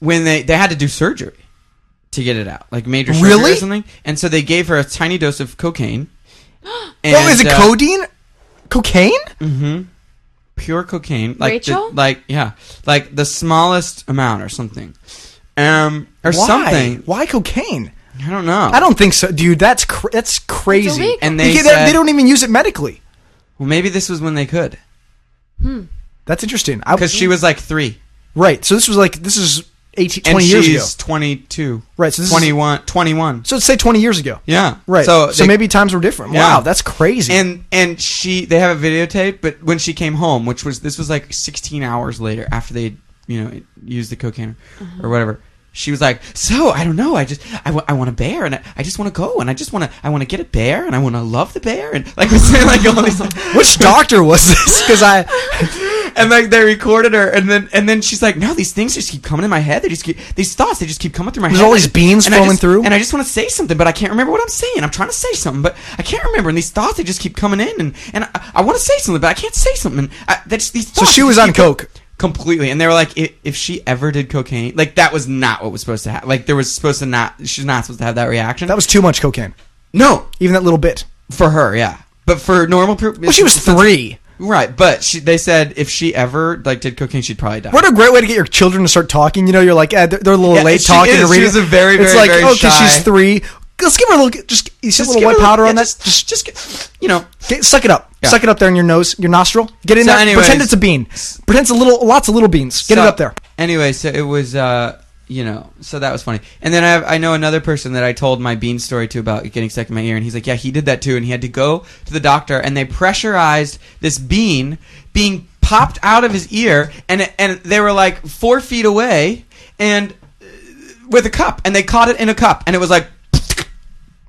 when they they had to do surgery to get it out, like major surgery Really? or something, and so they gave her a tiny dose of cocaine. And, Oh, is it uh, codeine? Cocaine? pure cocaine, like the- Rachel? like yeah, like the smallest amount or something, um, Why? or something. Why cocaine? I don't know. I don't think so, dude. That's cr- that's crazy. illegal. And they they, said- they don't even use it medically. Well, maybe this was when they could, That's interesting. I- because she was like three, right. So this was like this is 18, and 20 years ago. she's twenty two. Right, so this is- 21, 21. So let's say twenty years ago. Yeah. Right. So So they- maybe times were different. Yeah. Wow, that's crazy. And and she they have a videotape, but when she came home, which was this was like 16 hours later after they you know used the cocaine Uh-huh. or whatever. She was like, "So I don't know. I just I, w- I want a bear, and I, I just want to go, and I just want to I want to get a bear, and I want to love the bear, and like was saying like all these like, which doctor was this? Because I and like they recorded her, and then and then she's like, "No, these things just keep coming in my head. They just keep these thoughts. They just keep coming through my There's head. all these beans and I flowing just- through? and I just want to say something, but I can't remember what I'm saying. I'm trying to say something, but I can't remember. And these thoughts they just keep coming in, and and I, I want to say something, but I can't say something. And I, that's these so thoughts. she was just on keep- coke. completely. And they were like, if, if she ever did cocaine, like that was not what was supposed to happen. Like there was supposed to not. She's not supposed to have that reaction. That was too much cocaine. no Even that little bit. for her. Yeah, but for normal people, Well, she was three. right. But she, they said if she ever like did cocaine, she'd probably die. What a great way to get your children to start talking. You know, you're like, eh, they're, they're a little Yeah, late she talking is. to She reading. was a very, it's very, like, very oh, because shy- she's three. Let's give her a little, just, you see a little give white it a powder on yeah, that. Just, just, just get- you know. Get- suck it up. Yeah. Suck it up there in your nose, your nostril. Get in So there. anyways- pretend it's a bean. Pretend it's a little, lots of little beans. Get So- it up there. Anyway, so it was, uh, you know, so that was funny. And then I, have, I know another person that I told my bean story to about getting stuck in my ear, and he's like, yeah, he did that too, and he had to go to the doctor, and they pressurized this bean being popped out of his ear, and and they were like four feet away, and uh, with a cup, and they caught it in a cup, and it was like.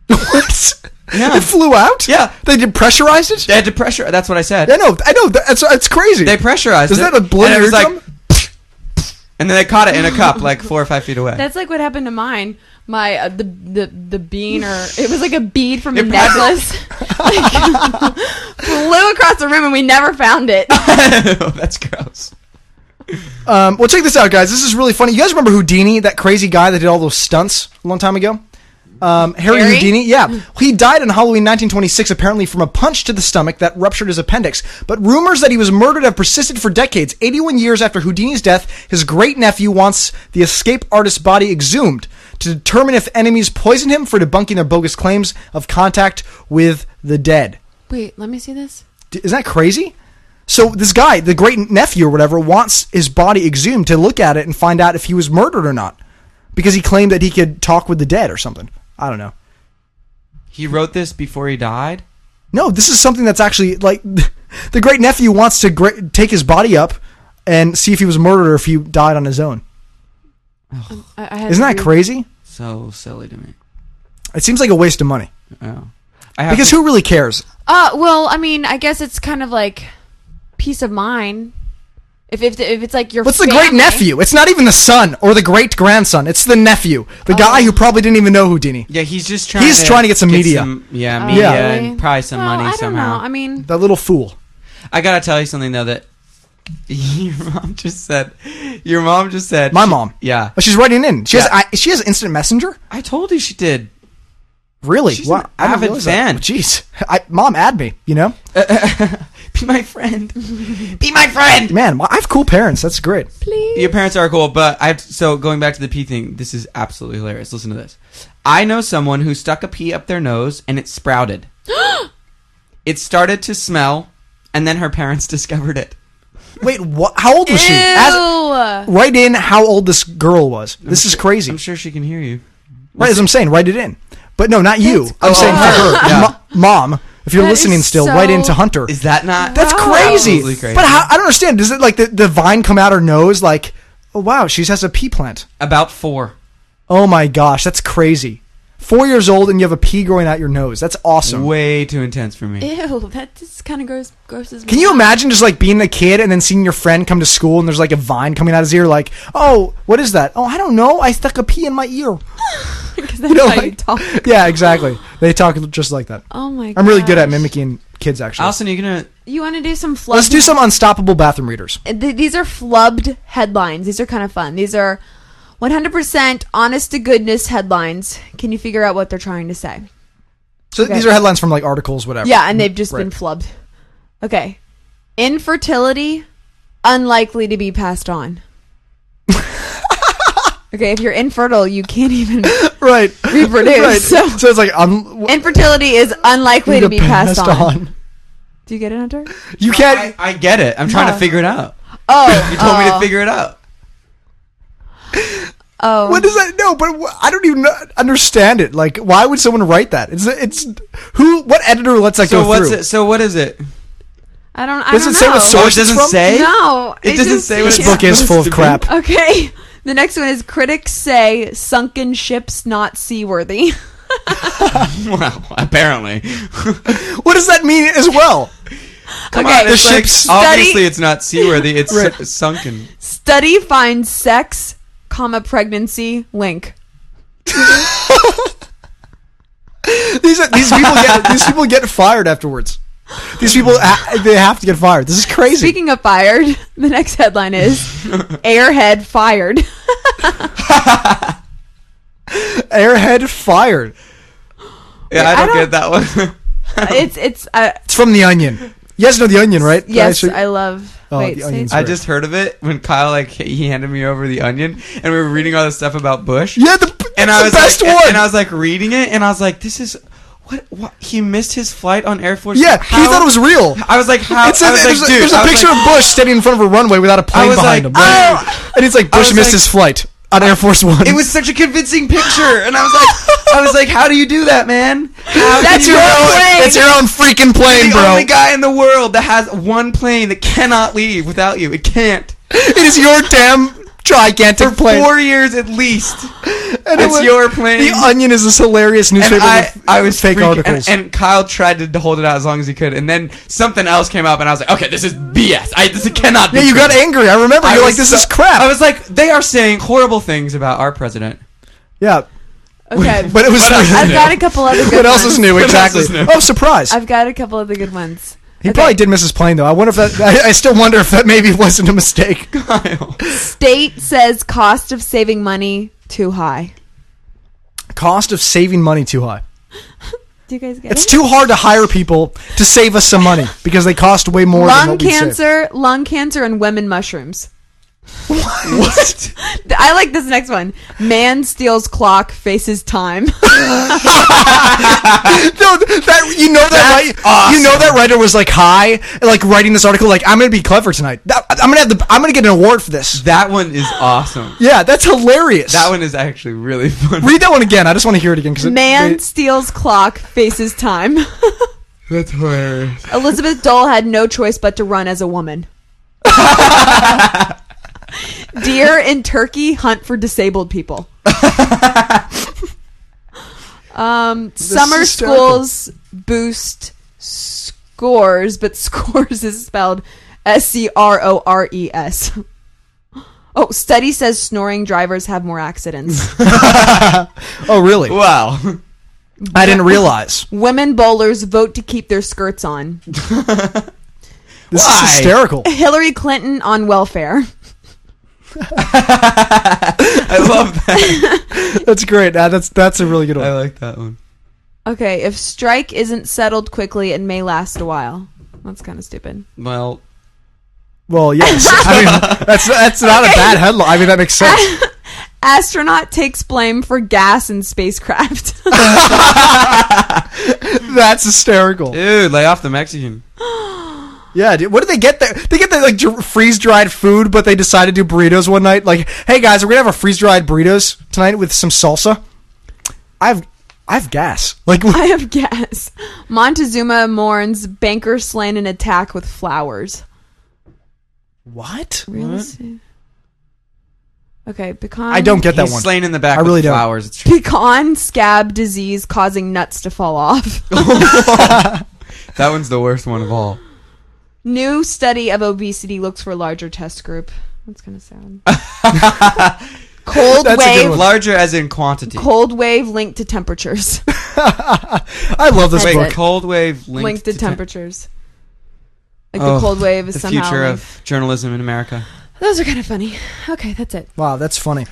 what? Yeah. It flew out? Yeah. They did pressurized it? They had to pressure. That's what I said. I know, I know. That's, that's crazy. They pressurized. Does it, that a blow and it your was like, eardrum? and then they caught it in a cup, like four or five feet away. That's like what happened to mine. My uh, the the the bean or it was like a bead from a It probably- necklace. like, flew across the room and we never found it. That's Oh, gross. Um, well, check this out, guys. This is really funny. You guys remember Houdini, that crazy guy that did all those stunts a long time ago? Um, Harry, Harry? Houdini, yeah. He died on Halloween 1926, apparently from a punch to the stomach that ruptured his appendix. But rumors that he was murdered have persisted for decades. 81 years after Houdini's death, his great nephew wants the escape artist's body exhumed to determine if enemies poisoned him for debunking their bogus claims of contact with the dead. Wait, let me see this. D- Isn't that crazy? So this guy, the great nephew or whatever, wants his body exhumed to look at it and find out if he was murdered or not, because he claimed that he could talk with the dead or something. I don't know. He wrote this before he died. No, this is something that's actually like the great nephew wants to gra- take his body up and see if he was murdered or if he died on his own. I, I had Isn't that to- crazy? So silly to me. It seems like a waste of money Oh. I have because to- who really cares? Uh, well, I mean, I guess it's kind of like peace of mind. If if, if it's like your What's the family- great nephew? It's not even the son or the great grandson. It's the nephew, the guy who probably didn't even know Houdini. Yeah, he's just trying. He's to trying to get some media. yeah, Oh, media really? and probably some Well, money I don't somehow. know. I mean, That little fool. I gotta tell you something though that your mom just said. Your mom just said. My mom. Yeah, Oh, she's writing in. She Yeah. has I, she has instant messenger. I told you she did. Really? She's Wow, an I didn't avid realize that. Oh, fan. Jeez, I, mom, add me. You know, Be my friend. Be my friend. man, I have cool parents. That's great. please. Your parents are cool, but I. So going back to the pee thing, this is absolutely hilarious. Listen to this. I know someone who stuck a pee up their nose and it sprouted. it started to smell, and then her parents discovered it. Wait, what? How old was she? Ask- Ew. write in how old this girl was. This is crazy. I'm sure she can hear you. Right, as I'm saying, write it in. But no, not you. That's- I'm Oh, saying for her. her, Yeah. Mo- mom. If you're That listening is still, so- write into Hunter. Is that not? That's Wow. crazy. Absolutely crazy. But how, I don't understand. Does it like the, the vine come out her nose? Like, oh wow, she has a pea plant. about four. Oh my gosh, that's crazy. Four years old and you have a pea growing out your nose. That's awesome. Way too intense for me. Ew, that just kind of gross, grosses me. Can you out. imagine just like being a kid and then seeing your friend come to school and there's like a vine coming out of his ear? Like, oh, what is that? Oh, I don't know. I stuck a pea in my ear. 'Cause that's You know, how you like- talk. yeah, exactly. They talk just like that. Oh my. I'm really good at gosh. mimicking kids. Actually, Allison, are you gonna? You want to do some flub? let's do some unstoppable bathroom readers. Th- these are flubbed headlines. These are kind of fun. These are 100% honest to goodness headlines. Can you figure out what they're trying to say? So these are headlines from like articles, whatever. Yeah, and they've just Right. been flubbed. Okay. Infertility unlikely to be passed on. okay, if you're infertile, you can't even right. reproduce. Right. So So it's like un- infertility is unlikely to be passed, on. on. Do you get it, Hunter? You I, can't. I get it. I'm trying to figure it out. Oh, You told me to oh, figure it out. Oh, What does that? No, but wh- I don't even know- understand it. Like, why would someone write that? It's it's who? What editor lets that So go what's through? it? So what is it? I don't. I Does don't it say know. what Oh, source it doesn't from? say. No, it, it doesn't just- say. What This it's book is full of supposed to be. crap. Okay. The next one is critics say sunken ships not seaworthy. Well, apparently. What does that mean as well? Come Okay. on, it's The like, ship's- obviously Study- it's not seaworthy. It's Right. su- sunken. Study finds sex, comma pregnancy link. These are, these people get these people get fired afterwards. These people ha- they have to get fired. This is crazy. Speaking of fired, the next headline is Airhead fired. Airhead fired. Yeah, I I don't, don't- get that one. it's it's uh, It's from The Onion. You guys know The Onion, right? Did I yes, show you- I love. Oh, wait, the say onions it- I just heard of it when Kyle like he handed me over the onion, and we were reading all this stuff about Bush. yeah, the, and I was the best like, one. And I was like reading it, and I was like, this is what what he missed his flight on Air Force. yeah, How- he thought it was real. I was like, how? It says I was there's, like, a, dude, there's a I was picture like- of Bush standing in front of a runway without a plane was behind like, oh! him. and it's like Bush was missed like- his flight on Air Force One. It was such a convincing picture, and I was like, I was like, how do you do that, man? How That's do you your do own that? plane. It's your own freaking plane, the bro. only guy in the world that has one plane that cannot leave without you. It can't. It is your damn gigantic For plane. four years at least. And it it's was- your plane. The Onion is this hilarious newspaper. and I, with I was fake freaking- articles. And, and Kyle tried to hold it out as long as he could, and then something else came up, and I was like, okay, this is BS. I, this cannot be. yeah, you true. got angry. I remember. I You're like, was this so- is crap. I was like, they are saying horrible things about our president. yeah, okay. but it was. What else is I've new? got a couple other good What else ones. is new? What else Exactly. is new? Oh, surprise! I've got a couple other good ones. He Okay. probably did miss his plane though. I wonder if that. I, I still wonder if that maybe wasn't a mistake. Kyle. State says cost of saving money too high. Cost of saving money too high. Do you guys get It's it? too hard to hire people to save us some money because they cost way more. than lung what we save. cancer, lung cancer, and women mushrooms. what? Th- I like this next one. Man steals clock, faces time. No, th- that you know that That's right, you know that writer was like high, and, like writing this article. Like I'm gonna be clever tonight. That- I'm gonna have the. I'm gonna get an award for this. That one is awesome. Yeah, that's hilarious. That one is actually really funny. Read that one again. I just want to hear it again because Man steals clock, faces time. That's hilarious. Elizabeth Dole had no choice but to run as a woman. Deer in Turkey hunt for disabled people. um, summer is hysterical. schools boost scores, but scores is spelled S C R O R E S. Oh, study says snoring drivers have more accidents. Oh, really? Wow. I didn't realize. Women bowlers vote to keep their skirts on. This Why? is hysterical. Hillary Clinton on welfare. I love that. That's great. Uh, that's that's a really good I one. like that one. Okay, if strike isn't settled quickly, it may last a while. That's kind of stupid. Well, Well, yes. I mean, that's that's not a bad headline. I mean, that makes sense. Astronaut takes blame for gas in spacecraft. That's hysterical. dude, lay off the Mexican. Yeah, dude. What did they get there? They get the like dr- freeze dried food, but they decided to do burritos one night. Like, hey guys, we're gonna have a freeze dried burritos tonight with some salsa. I've I've gas. Like, I have gas. Montezuma mourns banker slain in attack with flowers. what? Realistic. Okay, pecan. I don't get that He's one. slain in the back I really with don't. flowers. It's true. Pecan scab disease causing nuts to fall off. That one's the worst one of all. New study of obesity looks for larger test group. That's kind of sad. Cold That's a good wave. one. Larger as in quantity. Cold wave linked to temperatures. I love this Wait, book. it. cold wave linked, linked, to, tem- temperatures. Like Oh, the cold wave is The somehow. future linked. of journalism in America. Those are kind of funny. Okay, that's it. Wow, that's funny.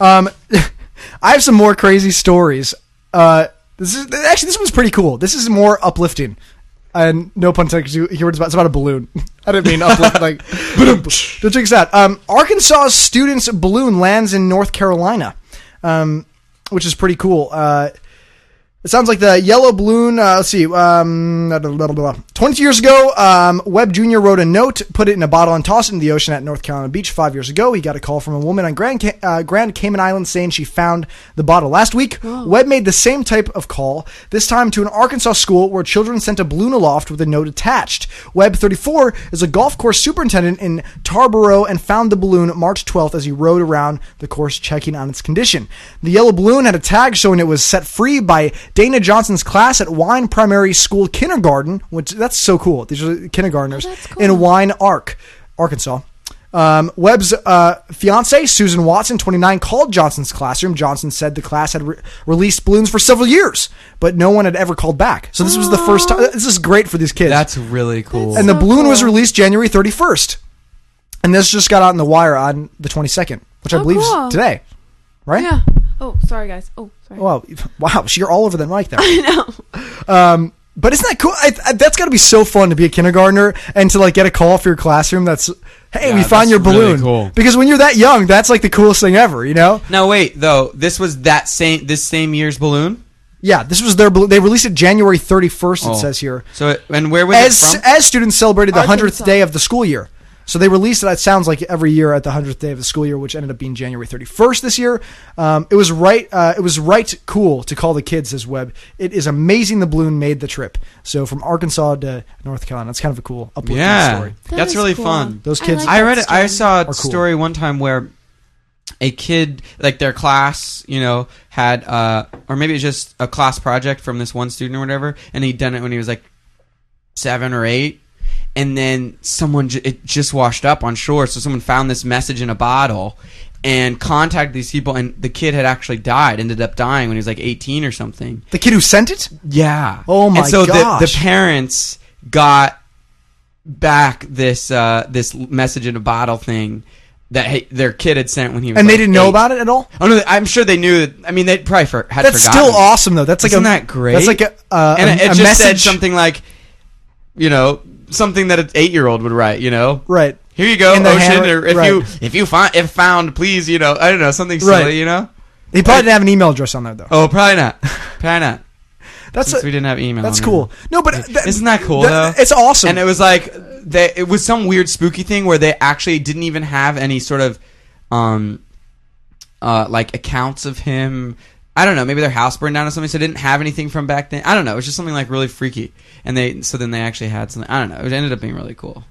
Um, I have some more crazy stories. Uh, this is actually this one's pretty cool. This is more uplifting, and no pun intended. 'cause You hear what it's about? It's about a balloon. I didn't mean uplift. like, so check this out. Um, Arkansas students' balloon lands in North Carolina, um, which is pretty cool. Uh, it sounds like the yellow balloon. Uh, let's see. Um, blah, blah, blah, blah. 22 years ago, um, Webb Jr. wrote a note, put it in a bottle, and tossed it in the ocean at North Carolina Beach. Five years ago, he got a call from a woman on Grand, Ca- uh, Grand Cayman Island saying she found the bottle. Last week, Webb made the same type of call, this time to an Arkansas school where children sent a balloon aloft with a note attached. Webb, 34, is a golf course superintendent in Tarboro and found the balloon March 12th as he rode around the course checking on its condition. The yellow balloon had a tag showing it was set free by Dana Johnson's class at Wine Primary School Kindergarten, which that's so cool. These are kindergartners that's cool. in Wine Ark, Arkansas. Um, Webb's uh, fiance, Susan Watson, 29, called Johnson's classroom. Johnson said the class had re- released balloons for several years, but no one had ever called back. So this was the first time. This is great for these kids. That's really cool. and the so balloon was cool. released January 31st. And this just got out in the wire on the 22nd, which I Oh, believe cool. is today. Right? Yeah. Oh, sorry guys. Oh, sorry. Wow, wow, so you're all over the mic there. I know. Um, but isn't that cool? I, I, that's got to be so fun to be a kindergartner and to like get a call for your classroom. That's hey, Yeah, we found that's your really balloon. cool. Because when you're that young, that's like the coolest thing ever. You know? now wait, though, this was that same this same year's balloon. Yeah. This was their balloon. They released it January 31st. Oh. It says here. So it- and where was As it from? as students celebrated the hundredth Arkansas. day of the school year. So they released it. It sounds like every year at the hundredth day of the school year, which ended up being January thirty first this year. Um, it was right. Uh, it was right cool to call the kids. Says Webb. It is amazing. The balloon made the trip. So from Arkansas to North Carolina, it's kind of a cool uplifting yeah, story. That that's is really cool. fun. Those I kids. like I read it. I story. saw a cool. story one time where a kid, like their class, you know, had, uh, or maybe it was just a class project from this one student or whatever, and he'd done it when he was like seven or eight, and then someone ju- it just washed up on shore, so someone found this message in a bottle and contacted these people, and the kid had actually died, ended up dying when he was like eighteen or something. the kid who sent it. Yeah. Oh my And so the, the gosh. parents got back this uh, this message in a bottle thing that hey, their kid had sent when he was and they like, didn't know eight. about it at all. Oh no, I'm sure they knew. That, I mean, they probably for, had That's forgotten. still awesome though. That's like a, Isn't that great? That's like a, uh, and a, it, it a just said message. something like, you know, something that an eight year old would write. You know, Right. Here you go, In the ocean. hand- or if right. you if you find if found, please, you know, I don't know, something silly. Right. You know. He probably didn't have an email address on there though. Oh, probably not. Probably not. that's Since a- we didn't have email. that's on cool. there. No, but that, Um, Isn't that cool, though? It's awesome. And it was like they, it was some weird spooky thing where they actually didn't even have any sort of um uh like accounts of him. I don't know, maybe their house burned down or something, so they didn't have anything from back then. I don't know. It was just something like really freaky. And they so then they actually had something. I don't know. It ended up being really cool.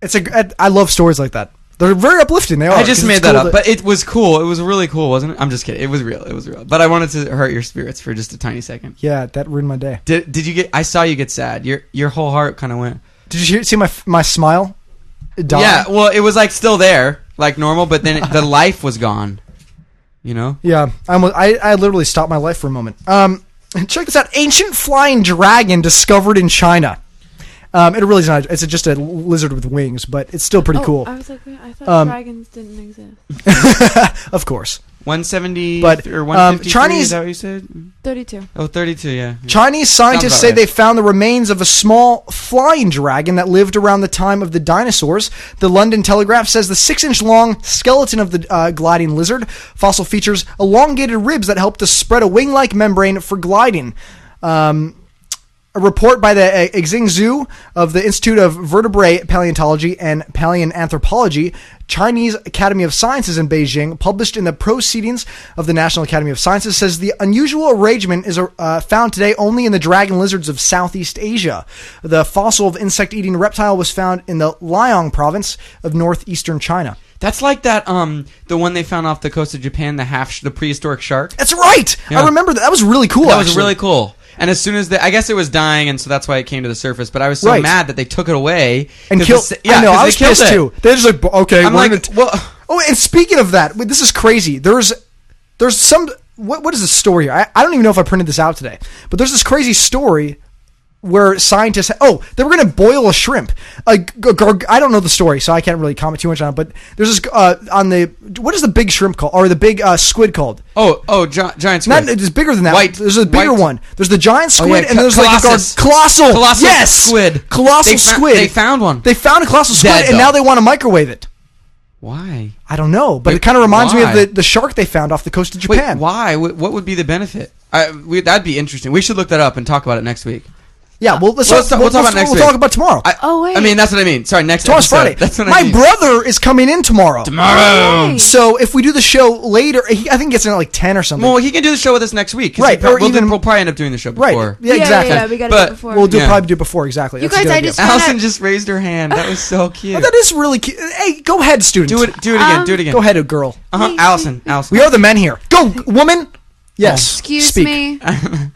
it's a. I- I love stories like that. They're very uplifting. They are. I 'cause just it's made that cool up, to- but it was cool. It was really cool, wasn't it? I'm just kidding. It was real. It was real. But I wanted to hurt your spirits for just a tiny second. yeah, that ruined my day. Did did you get? I saw you get sad. Your your whole heart kind of went. Did you hear, see my my smile? It died. Yeah. Well, it was like still there, like normal, but then it, the life was gone. You know. Yeah, I almost, I, I literally stopped my life for a moment. Um, check this out: ancient flying dragon discovered in China. Um, it really is not. It's just a lizard with wings, but it's still pretty Oh, cool. I was like, wait, I thought Um, dragons didn't exist. of course, One seventy But, or um, one fifty. Chinese- Is that what you said? Thirty-two. Oh, 32, Yeah. yeah. Chinese scientists about say right. they found the remains of a small flying dragon that lived around the time of the dinosaurs. The London Telegraph says the six-inch-long skeleton of the uh, gliding lizard fossil features elongated ribs that help to spread a wing-like membrane for gliding. Um, a report by the uh, Xing Zhu of the Institute of Vertebrate Paleontology and Paleoanthropology, Chinese Academy of Sciences in Beijing, published in the Proceedings of the National Academy of Sciences, says the unusual arrangement is uh, found today only in the dragon lizards of Southeast Asia. The fossil of insect-eating reptile was found in the Liang province of northeastern China. That's like that. Um, the one they found off the coast of Japan, the half, sh- the prehistoric shark. That's right. Yeah. I remember that. That was really cool. That was actually. really cool. And as soon as the, I guess it was dying, and so that's why it came to the surface. But I was so Right. mad that they took it away and 'cause killed. the s- yeah, I know. 'cause I they was killed pissed it. too. They're just like, "B- okay, I'm we're like, gonna t- well- Oh, and speaking of that, wait, this is crazy. There's, there's some. What what is the story? here? I, I don't even know if I printed this out today, but there's this crazy story where scientists. Oh, they were going to boil a shrimp. A g- gar- I don't know the story, so I can't really comment too much on it. But there's this uh, on the what is the big shrimp called or the big uh, squid called? Oh, oh, gi- giant squid. Not, it's bigger than that. White. There's a bigger White. one. There's the giant Oh, squid, yeah, and co- there's like a gar- colossus. colossal, Colossal yes, squid. colossal They fou- squid. they found one. They found a colossal squid, Dead, and though. now they want to microwave it. Why? I don't know, but Wait, it kind of reminds why? me of the, the shark they found off the coast of Japan. Wait, why? Wh- What would be the benefit? I, we, that'd be interesting. We should look that up and talk about it next week. Yeah, well, let's, Well, let's talk, talk- we'll, we'll talk about let's- next we'll week. talk about tomorrow. I, Oh, wait. I mean, that's what I mean. Sorry, next Tomorrow's episode. Friday. That's what My I mean. brother is coming in tomorrow. Ah, Tomorrow. Yay. So if we do the show later, he, I think it's in at like ten or something. Well, he can do the show with us next week. 'cause Right, we pro- or we'll, do- even- we'll probably end up doing the show right? before. Yeah, yeah, exactly. Yeah, yeah, we gotta But do it before. We'll do Yeah. probably do it before exactly. You That's guys, a good I idea. just- Allison Yeah. just raised her hand. That was so cute. Oh, that is really cute. Hey, go ahead, students. do it. Do it again. Um, do it again. Go ahead, girl. Uh-huh. Wait, Allison. Allison. We are the men here. Go, woman. Yes. Oh. Excuse Speak. me.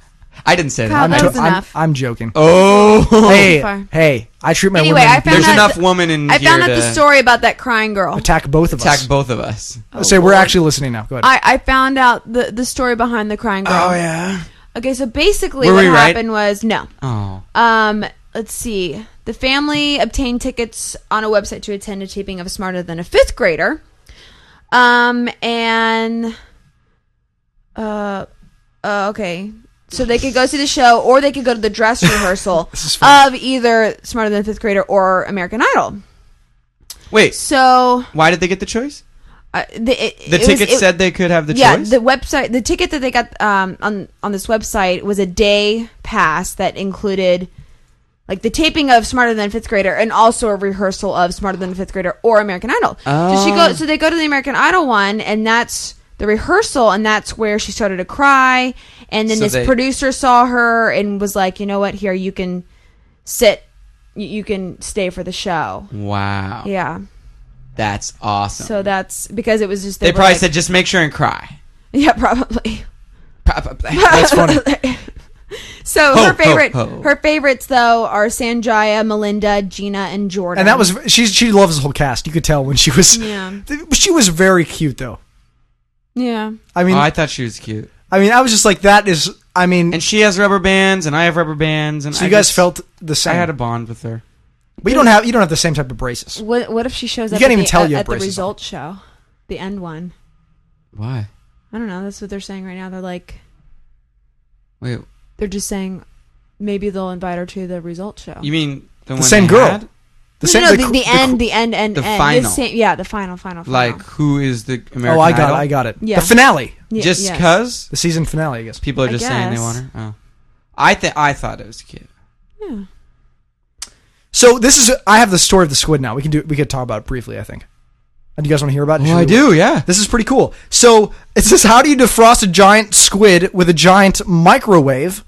I didn't say Kyle, that. I'm, that jo- was I'm, enough. I'm joking. Oh. hey, far. hey, I treat my Anyway, women. I found There's out enough that- woman in I here found out to the story about that crying girl. attack both of us. attack both of us. Oh, Say we're Lord. actually listening now. Go ahead. I, I found out the the story behind the crying girl. yeah. Okay, so basically Oh, Were what we right? happened was no. Oh. Um, let's see. The family obtained tickets on a website to attend a taping of Smarter Than a Fifth Grader. Um, and uh, uh, okay. So they could go see the show, or they could go to the dress rehearsal of either Smarter Than a Fifth Grader or American Idol. Wait. So Why did they get the choice? uh, the, it, The it was- ticket it- said they could have the yeah, choice. the website, the ticket that they got um, on on this website was a day pass that included like the taping of Smarter Than Fifth Grader and also a rehearsal of Smarter Than Fifth Grader or American Idol. So she Oh. go, so they go to the American Idol one, and that's the rehearsal, and that's where she started to cry, and then So this they- producer saw her and was like, you know what, here you can sit, you, you can stay for the show. Hmm. wow. Yeah, That's awesome. so that's because it was just they were probably like- said, just make sure and cry. yeah, probably. Pa- pa- pa- That's funny. So Ho, her favorite, ho, ho. her favorites though are Sanjaya, Melinda, Gina, and Jordan. and that was she. She loves this whole cast. You could tell when she was. Yeah. She was very cute though. yeah. I mean, oh, I I, thought she was cute. mean, I was just like that is. I mean, And she has rubber bands, and I have rubber bands, and so I you guys just- felt the same. I had a bond with her. But you don't have you don't have the same type of braces. What What if she shows You up at, can't even the, tell at, you have at the braces on. result show, the end one? Why? I don't know. That's what they're saying right now. They're like Wait, they're just saying maybe they'll invite her to the result show. you mean the, one same they girl. had? The no, same no, the the, cr- the the end, the end, end, the end. final. same, yeah, the final, final, final. Like who is the American? Oh, I got it. Idol? I got it. Yeah. The finale, Yeah, Just yes. because the season finale, I guess. people are I just saying they guess. want her. Oh, I think I thought it was cute. Yeah. So this is I have the story of the squid now. We can do we could talk about it briefly. I think. Uh, Do you guys want to hear about it? Oh, Should I we- do. Yeah. This is pretty cool. So it says, "How do you defrost a giant squid with a giant microwave?"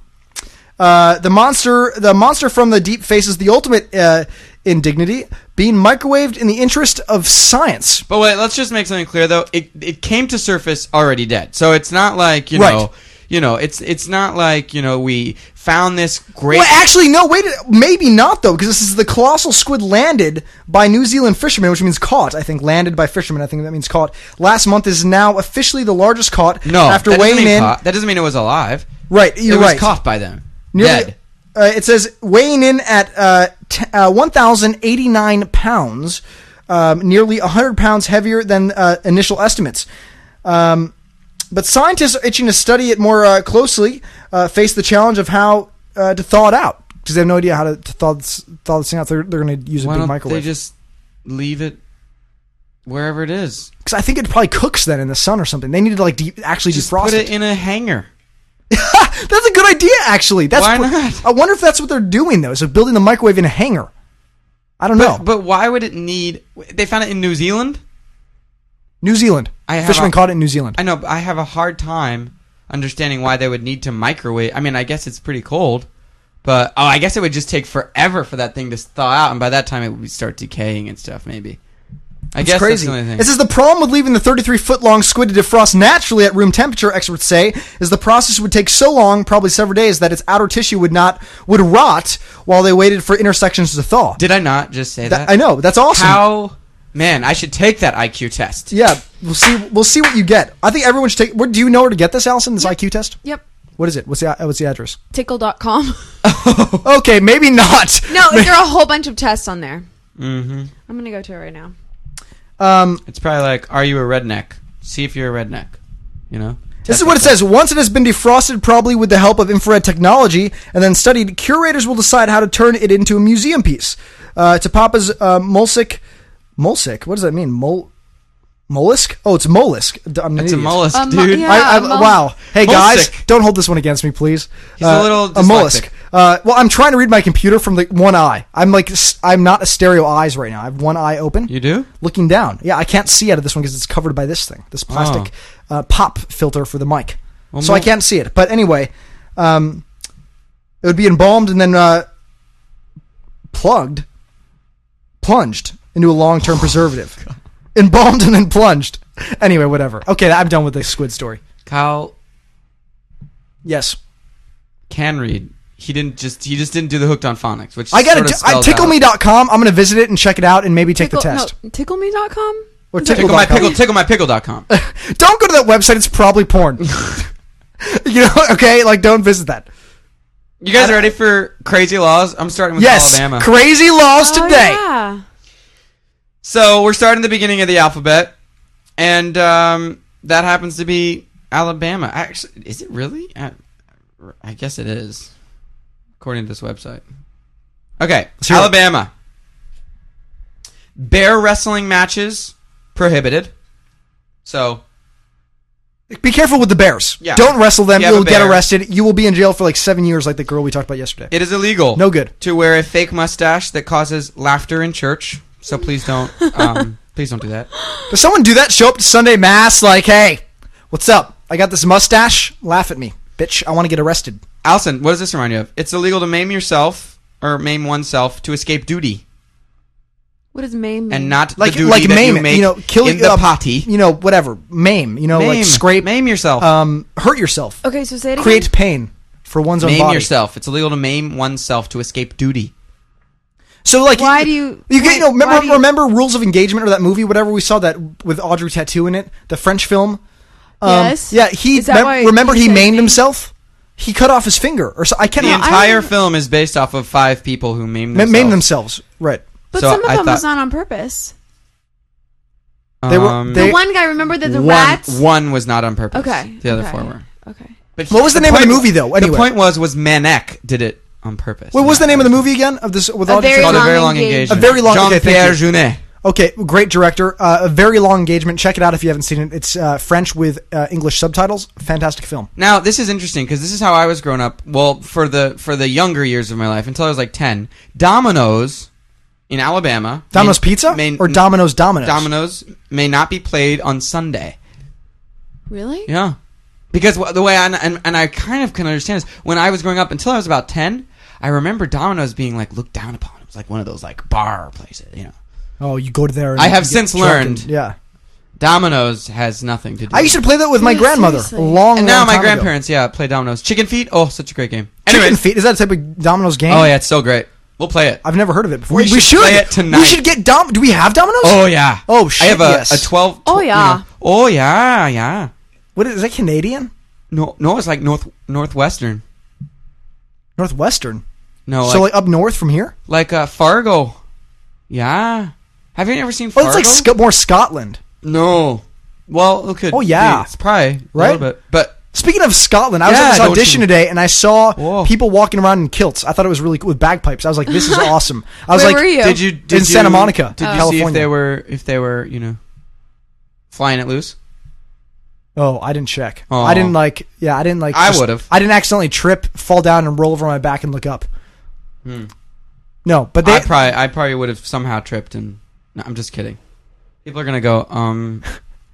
Uh, the monster, the monster from the deep faces the ultimate uh, indignity, being microwaved in the interest of science. But wait, let's just make something clear though. It it came to surface already dead, so it's not like you Right. know, you know, it's it's not like you know we found this great. Well, actually, no. Wait, maybe not though, because this is the colossal squid landed by New Zealand fishermen, which means caught. I think landed by fishermen. I think that means caught. Last month is now officially the largest caught. no, after that doesn't weighing mean in, caught- that doesn't mean it was alive. right? it You're was right. caught by them. Nearly- dead. Uh, it says weighing in at uh, t- uh, 1,089 pounds, um, nearly 100 pounds heavier than uh, initial estimates. Um, but scientists are itching to study it more uh, closely, uh, face the challenge of how uh, to thaw it out because they have no idea how to, to thaw, this, thaw this thing out. They're, they're going to use a Why big don't microwave. they just leave it wherever it is? 'Cause I think it probably cooks then in the sun or something. They need to like de- actually Just defrost put it. it in a hangar. That's a good idea, actually. That's Why what- not? I wonder if that's what they're doing though. So building the microwave in a hangar. I don't know. But why would it need? They found it in New Zealand. New Zealand. I have Fishermen a- caught it in New Zealand. I know. But I have a hard time understanding why they would need to microwave. I mean, I guess it's pretty cold, but oh, I guess it would just take forever for that thing to thaw out, and by that time it would start decaying and stuff. Maybe. I guess crazy. that's the only thing. This is the problem with leaving the 33 foot long squid to defrost naturally at room temperature. Experts say is the process would take so long, probably several days, that its outer tissue would not would rot while they waited for inner sections to thaw. Did I not just say that? That- I know that's awesome. How? Man, I should take that IQ test. Yeah, we'll see. We'll see what you get. I think everyone should take. Where, do you know where to get this, Allison? This IQ test. Yep. What is it? What's the what's the address? Tickle.com. Okay, maybe not. no, there are a whole bunch of tests on there. Mm-hmm. I'm going to go to it right now. Um, It's probably like, are you a redneck? See if you're a redneck. You know. This is what it says. Once it has been defrosted, probably with the help of infrared technology, and then studied, curators will decide how to turn it into a museum piece. Uh, to Papa's uh, mollusk, mollusk. What does that mean? Mol, mollusk? Oh, it's mollusk. D- I'm an It's a idiot. mollusk, Um, dude. yeah. I, I, a mol- wow. Hey Mollusk. guys, don't hold this one against me, please. He's a little a dyslexic. mollusk. Uh, well, I'm trying to read my computer from the one eye. I'm like s- I'm not a stereo eyes right now. I have one eye open You do? looking down. Yeah, I can't see out of this one because it's covered by this thing, this plastic uh, pop filter for the mic. Oh. Well, so mo- I can't see it. But anyway, um, it would be embalmed and then uh, plugged, plunged into a long Oh term preservative. Embalmed and then plunged. Anyway, whatever. Okay, I'm done with the squid story. Kyle Yes. can read. He didn't just. He just didn't do the hooked on phonics, which I got sort to of spells out- tickleme.com. I'm going to visit it and check it out and maybe take Tickle, the test. No, tickleme.com? Or Is that- Tickle my Tickle.com. pickle. Tickle my pickle.com. Don't go to that website. It's probably porn. you know, okay? Like, don't visit that. You guys ready for crazy laws? I'm starting with Yes, Alabama. crazy laws Oh, today. yeah. so we're starting the beginning of the alphabet, and um, that happens to be Alabama. Actually, is it really? I, I guess it is, according to this website. Okay, hear it. Alabama. Bear wrestling matches prohibited. So Be careful with the bears. Yeah. Don't wrestle them. You have You'll a get bear. arrested. You will be in jail for like seven years, like the girl we talked about yesterday. It is illegal. No good. to wear a fake mustache that causes laughter in church. So please don't, um, please don't do that. Does someone do that? Show up to Sunday mass, like, hey, what's up? I got this mustache. Laugh at me, bitch. I want to get arrested. Allison, what does this remind you of? It's illegal to maim yourself or maim oneself to escape duty What does Maine mean? and not Mm. Like, the duty like that maim, you it, make you know, kill in the uh, potty. you know, whatever, maim, you know, maim, like scrape, maim yourself, um, hurt yourself, Okay, so say it create again. pain for one's own maim body. yourself. It's illegal to maim oneself to escape duty. So like, Why do you- You get you why- why know remember do you- remember Rules of Engagement or that movie whatever we saw that with Audrey Tattoo in it the French film. Um, Yes. Yeah, he Is that mem- why remember he said maimed maim? himself He cut off his finger, or so I The cannot entire I'm- film is based off of five people who maimed ma- themselves. maim themselves. Right? But So some of I them was thought- not on purpose. They were- Um, they- the one guy, remember that the one, rats. one was not on purpose. Okay. The other okay, four were. Okay. But What was the name of the point- movie, though, anyway? the point was was Manek did it on purpose. What was the name of the movie again? Of this with A all the Very Called Trump- a Long very long Engagement. engagement. A Very Long- okay, Jean thank Pierre you. Jeunet. Okay, great director. Uh, a very long engagement. Check it out if you haven't seen it. It's uh, French with uh, English subtitles. Fantastic film. Now this is interesting because this is how I was growing up. Well, for the for the younger years of my life until I was like ten, Domino's in Alabama, Domino's may- Pizza may- or Domino's Domino's. Domino's may not be played on Sunday. Really? Yeah, because wh- the way I and, and I kind of can understand this. When I was growing up, until I was about ten, I remember Domino's being like looked down upon. It was like one of those like bar places, you know. Oh, you go to there. And I have you get since drunk and- learned. yeah, Domino's has nothing to do. I used to play that with my Dude, grandmother. A seriously. long, and now long my time ago. grandparents, yeah, play Domino's. Chicken feet, oh, such a great game. Chicken Anyway, feet is that a type of Domino's game? oh yeah, it's so great. We'll play it. I've never heard of it before. We should play it tonight. We should get Dom. Do we have Domino's? Oh yeah. Oh, shit, I have a, yes. a twelve. Oh, tw- you yeah. know. Oh yeah, yeah. what is, is that Canadian? No, no, it's like north northwestern. Northwestern. No, so like like up north from here. like, uh, Fargo. Yeah. Have you ever seen Oh, Fargo? it's like Sc- more Scotland. no. Well, it could. Oh, yeah. be. it's probably Right? a little bit, but Speaking of Scotland, I was Yeah, at this don't audition you- today and I saw Whoa. people walking around in kilts. I thought it was really cool with bagpipes. I was like, "This is awesome." I was Where like, were you? did you did In you- Santa Monica, Did you see if California. they were if they were you know flying it loose? "Oh, I didn't check. Aw. I didn't like. Yeah, I didn't like. I just- would've. I didn't accidentally trip, fall down, and roll over on my back and look up. No, but they. Hmm. I probably I probably would have somehow tripped and no, I'm just kidding. People are gonna go, um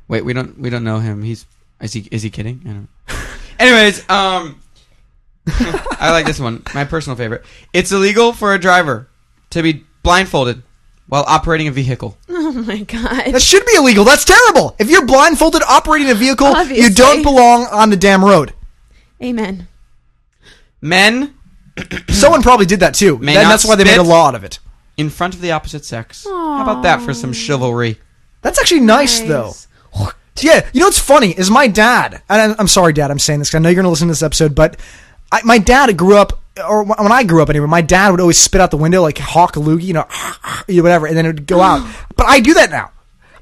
wait, we don't we don't know him. He's is he is he kidding? I don't know. Anyways, um I like this one. My personal favorite. It's illegal for a driver to be blindfolded while operating a vehicle. Oh my god. that should be illegal. That's terrible. If you're blindfolded operating a vehicle, you Obviously. don't belong on the damn road. Amen. Men Someone probably did that too. May Then not that's why they made a spit. law out of it. in front of the opposite sex. How about that for some chivalry? That's actually nice, Nice. though. Yeah, you know what's funny is my dad, and I- I'm sorry, Dad, I'm saying this 'cause I know you're going to listen to this episode, but I, my dad grew up, or wh- when I grew up anyway, my dad would always spit out the window like hawk a loogie, you know, you know, whatever, and then it would go out. But I do that now.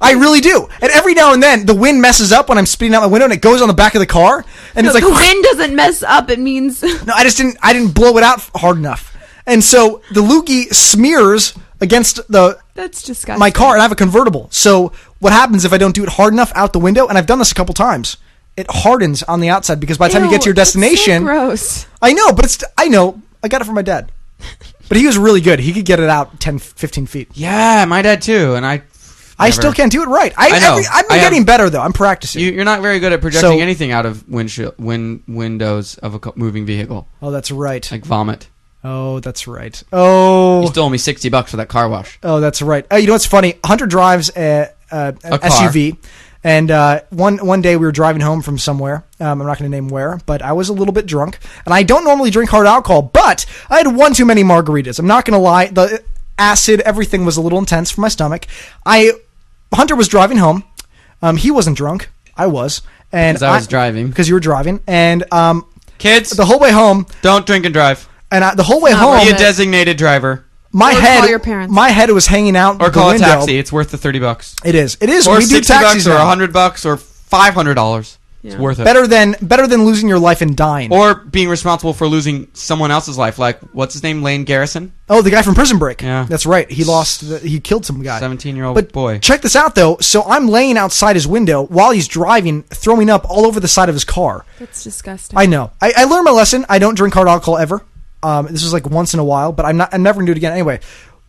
I really do. And every now and then, the wind messes up when I'm spitting out my window, and it goes on the back of the car, and No, it's like the wind doesn't mess up. It means no, I just didn't. I didn't blow it out f- hard enough, and so the loogie smears against the that's disgusting. my car and I have a convertible. So what happens if I don't do it hard enough out the window? And I've done this a couple times. It hardens on the outside because by the time you get to your Ew, that's destination, So gross. I know, but it's I know I got it from my dad. But he was really good. He could get it out 10, 15 feet. Yeah, my dad too, and I I never- still can't do it right. I, I know. Every, I've been I have- getting better though. I'm practicing. You, you're not very good at projecting So- anything out of windshield, win, windows of a co- moving vehicle, oh, that's right. like vomit. Oh, that's right. You Oh, still owe me sixty bucks for that car wash. oh, that's right. Oh, you know what's funny? Hunter drives uh, a, a, an A car. SUV. And uh, one one day we were driving home from somewhere. Um, I'm not going to name where, but I was a little bit drunk, and I don't normally drink hard alcohol, but I had one too many margaritas. I'm not going to lie, the acid, everything was a little intense for my stomach. I Hunter was driving home. Um, he wasn't drunk. I was, and Because I was driving. because you were driving, and um, Kids, the whole Oh, way home, don't drink and drive. and I, the whole way Not home, right. Be a it. designated driver, my Or call head, your parents. my head was hanging out or the call a window. taxi. It's worth the thirty bucks, It is. It is. or we do sixty taxis bucks, or now. hundred bucks, or five hundred dollars. It's Yeah. worth it. Better than better than losing your life and dying. or being responsible for losing someone else's life, like what's his name, Lane Garrison. Oh, the guy from Prison Break. Yeah. that's right. He lost. The, he killed some guy. 17-year-old But boy. Check this out, though. So I'm laying outside his window while he's driving, throwing up all over the side of his car. That's disgusting. I know. I, I learned my lesson. I don't drink hard alcohol ever. Um, this was like once in a while, but I'm not. I'm never gonna do it again. Anyway,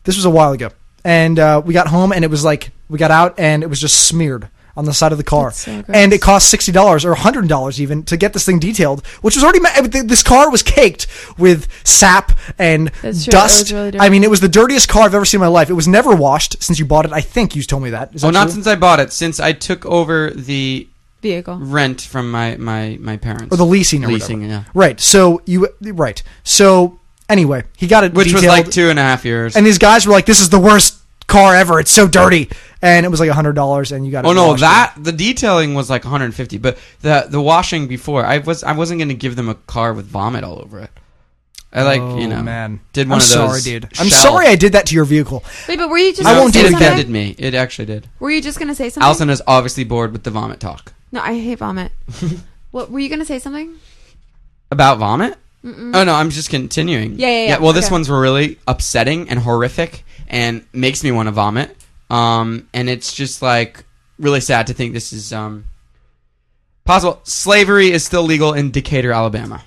this was a while ago, and uh, we got home, and it was like we got out, and it was just smeared on the side of the car, That's so gross. and it cost sixty dollars or hundred dollars even to get this thing detailed, which was already. Ma- th- this car was caked with sap and That's true. It dust. was really dirty. I mean, it was the dirtiest car I've ever seen in my life. It was never washed since you bought it. I think you told me that. Is that Oh, not true? since I bought it. Since I took over the Vehicle. rent from my my my parents, or the leasing or leasing, whatever. yeah, Right. So you right. So anyway, he got it which was detailed. like two and a half years. And these guys were like, "This is the worst car ever. It's so dirty." and it was like hundred dollars, and you got. it Oh no, washed. that the detailing was like 150, but the the washing before I was I wasn't gonna give them a car with vomit all over it. I like Oh, you know man. did one I'm of sorry, those. dude. I'm shell- sorry I did that to your vehicle. Wait, but were you just? No, I gonna won't say it do it something? offended me. It actually did. Were you just gonna say something? Allison is obviously bored with the vomit talk No, I hate vomit. what were you gonna say something? about vomit. Oh no, I'm just continuing. Yeah, yeah, yeah. well, this Okay. one's really upsetting and horrific, and makes me want to vomit. Um, and it's just like really sad to think this is um possible. Slavery is still legal in Decatur, Alabama.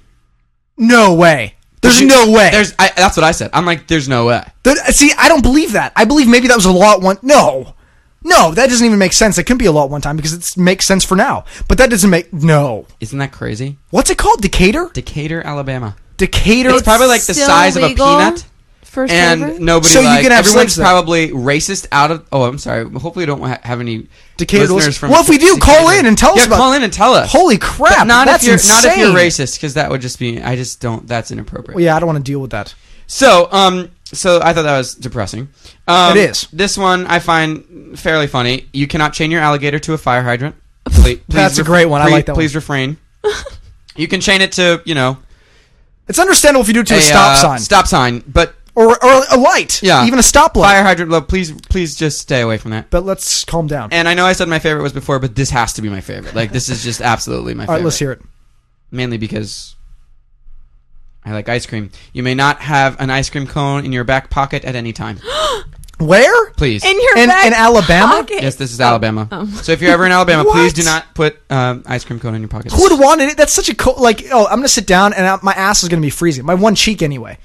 No way. There's You- no way. There's I, that's what I said. I'm like, there's no way. That- see, I don't believe that. I believe maybe that was a law at one. No, no, that doesn't even make sense. It couldn't be a law at one time because it makes sense for now. But that doesn't make no. Isn't that crazy? What's it called? Decatur. Decatur, Alabama. Decatur. It's probably like the Still size of a legal peanut. For And slavery? nobody So you like can have slaves everyone's then. probably racist out of. Oh, I'm sorry. Hopefully, we don't ha- have any Decatur listeners list- from. Well, if we do, Decatur. call in and tell us Yeah, about- Call in and tell us. Holy crap! But not that's if you're not if you're insane. racist, because that would just be. I just don't. That's inappropriate. Well, yeah, I don't want to deal with that. So, um, so I thought that was depressing. Um, It is. This one I find fairly funny. You cannot chain your alligator to a fire hydrant. Please, please That's a great one. I pre- like that Please one. refrain. you can chain it to you know It's understandable if you do it to a, a, stop uh, sign Stop sign, but or or a light. yeah, even a stoplight. Fire hydrant. Love, please, please just stay away from that. But let's calm down. And I know I said my favorite was before, but this has to be my favorite. Like this is just absolutely my All favorite. right, let's hear it. mainly because I like ice cream. You may not have an ice cream cone in your back pocket at any time. Where? Please. in your In- back in Alabama? pocket. yes, this is Alabama. Oh, um. So if you're ever in Alabama, please do not put um, ice cream cone in your pocket. Who would wanted it? That's such a cold. Like, oh, I'm gonna sit down and I, my ass is gonna be freezing. My one cheek anyway,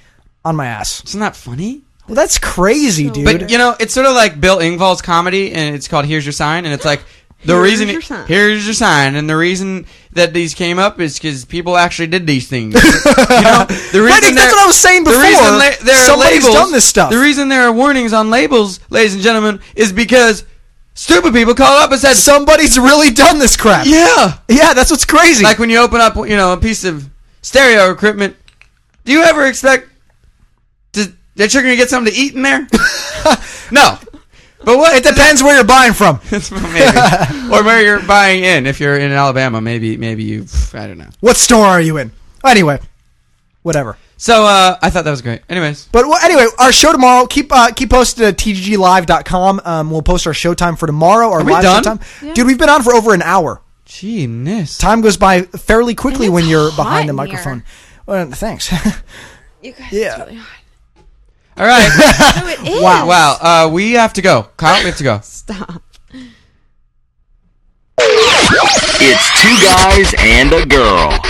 on my ass. Isn't that funny? Well, that's crazy, dude. But you know, it's sort of like Bill Ingvall's comedy, and it's called "Here's Your Sign," and it's like the Here's reason your sign. here's your sign, and the reason that these came up is because people actually did these things. you know, the reason Right, that's there- what I was saying The before. reason la- there are Somebody's labels, done this stuff. The reason there are warnings on labels, ladies and gentlemen, is because stupid people called up and said, somebody's really done this crap. "Yeah." Yeah, that's what's crazy. Like when you open up, you know, a piece of stereo equipment. Do you ever expect to, that you're going to get something to eat in there? no. But what? it depends where you're buying from. maybe. or where you're buying in. If you're in Alabama, maybe maybe you. I don't know. What store are you in? Anyway, whatever. So uh, I thought that was great. Anyways, But well, anyway, our show tomorrow. Keep uh, keep posted at tgglive.com. Um, we'll post our showtime for tomorrow. Our we live done? showtime. Yeah. Dude, we've been on for over an hour. gee, miss. Time goes by fairly quickly And when it's you're hot behind the in microphone. here. Well, thanks. You guys, Yeah. It's really hot. All right. No, it is. Wow. wow. Uh, we have to go. Kyle, we have to go. Stop. It's two guys and a girl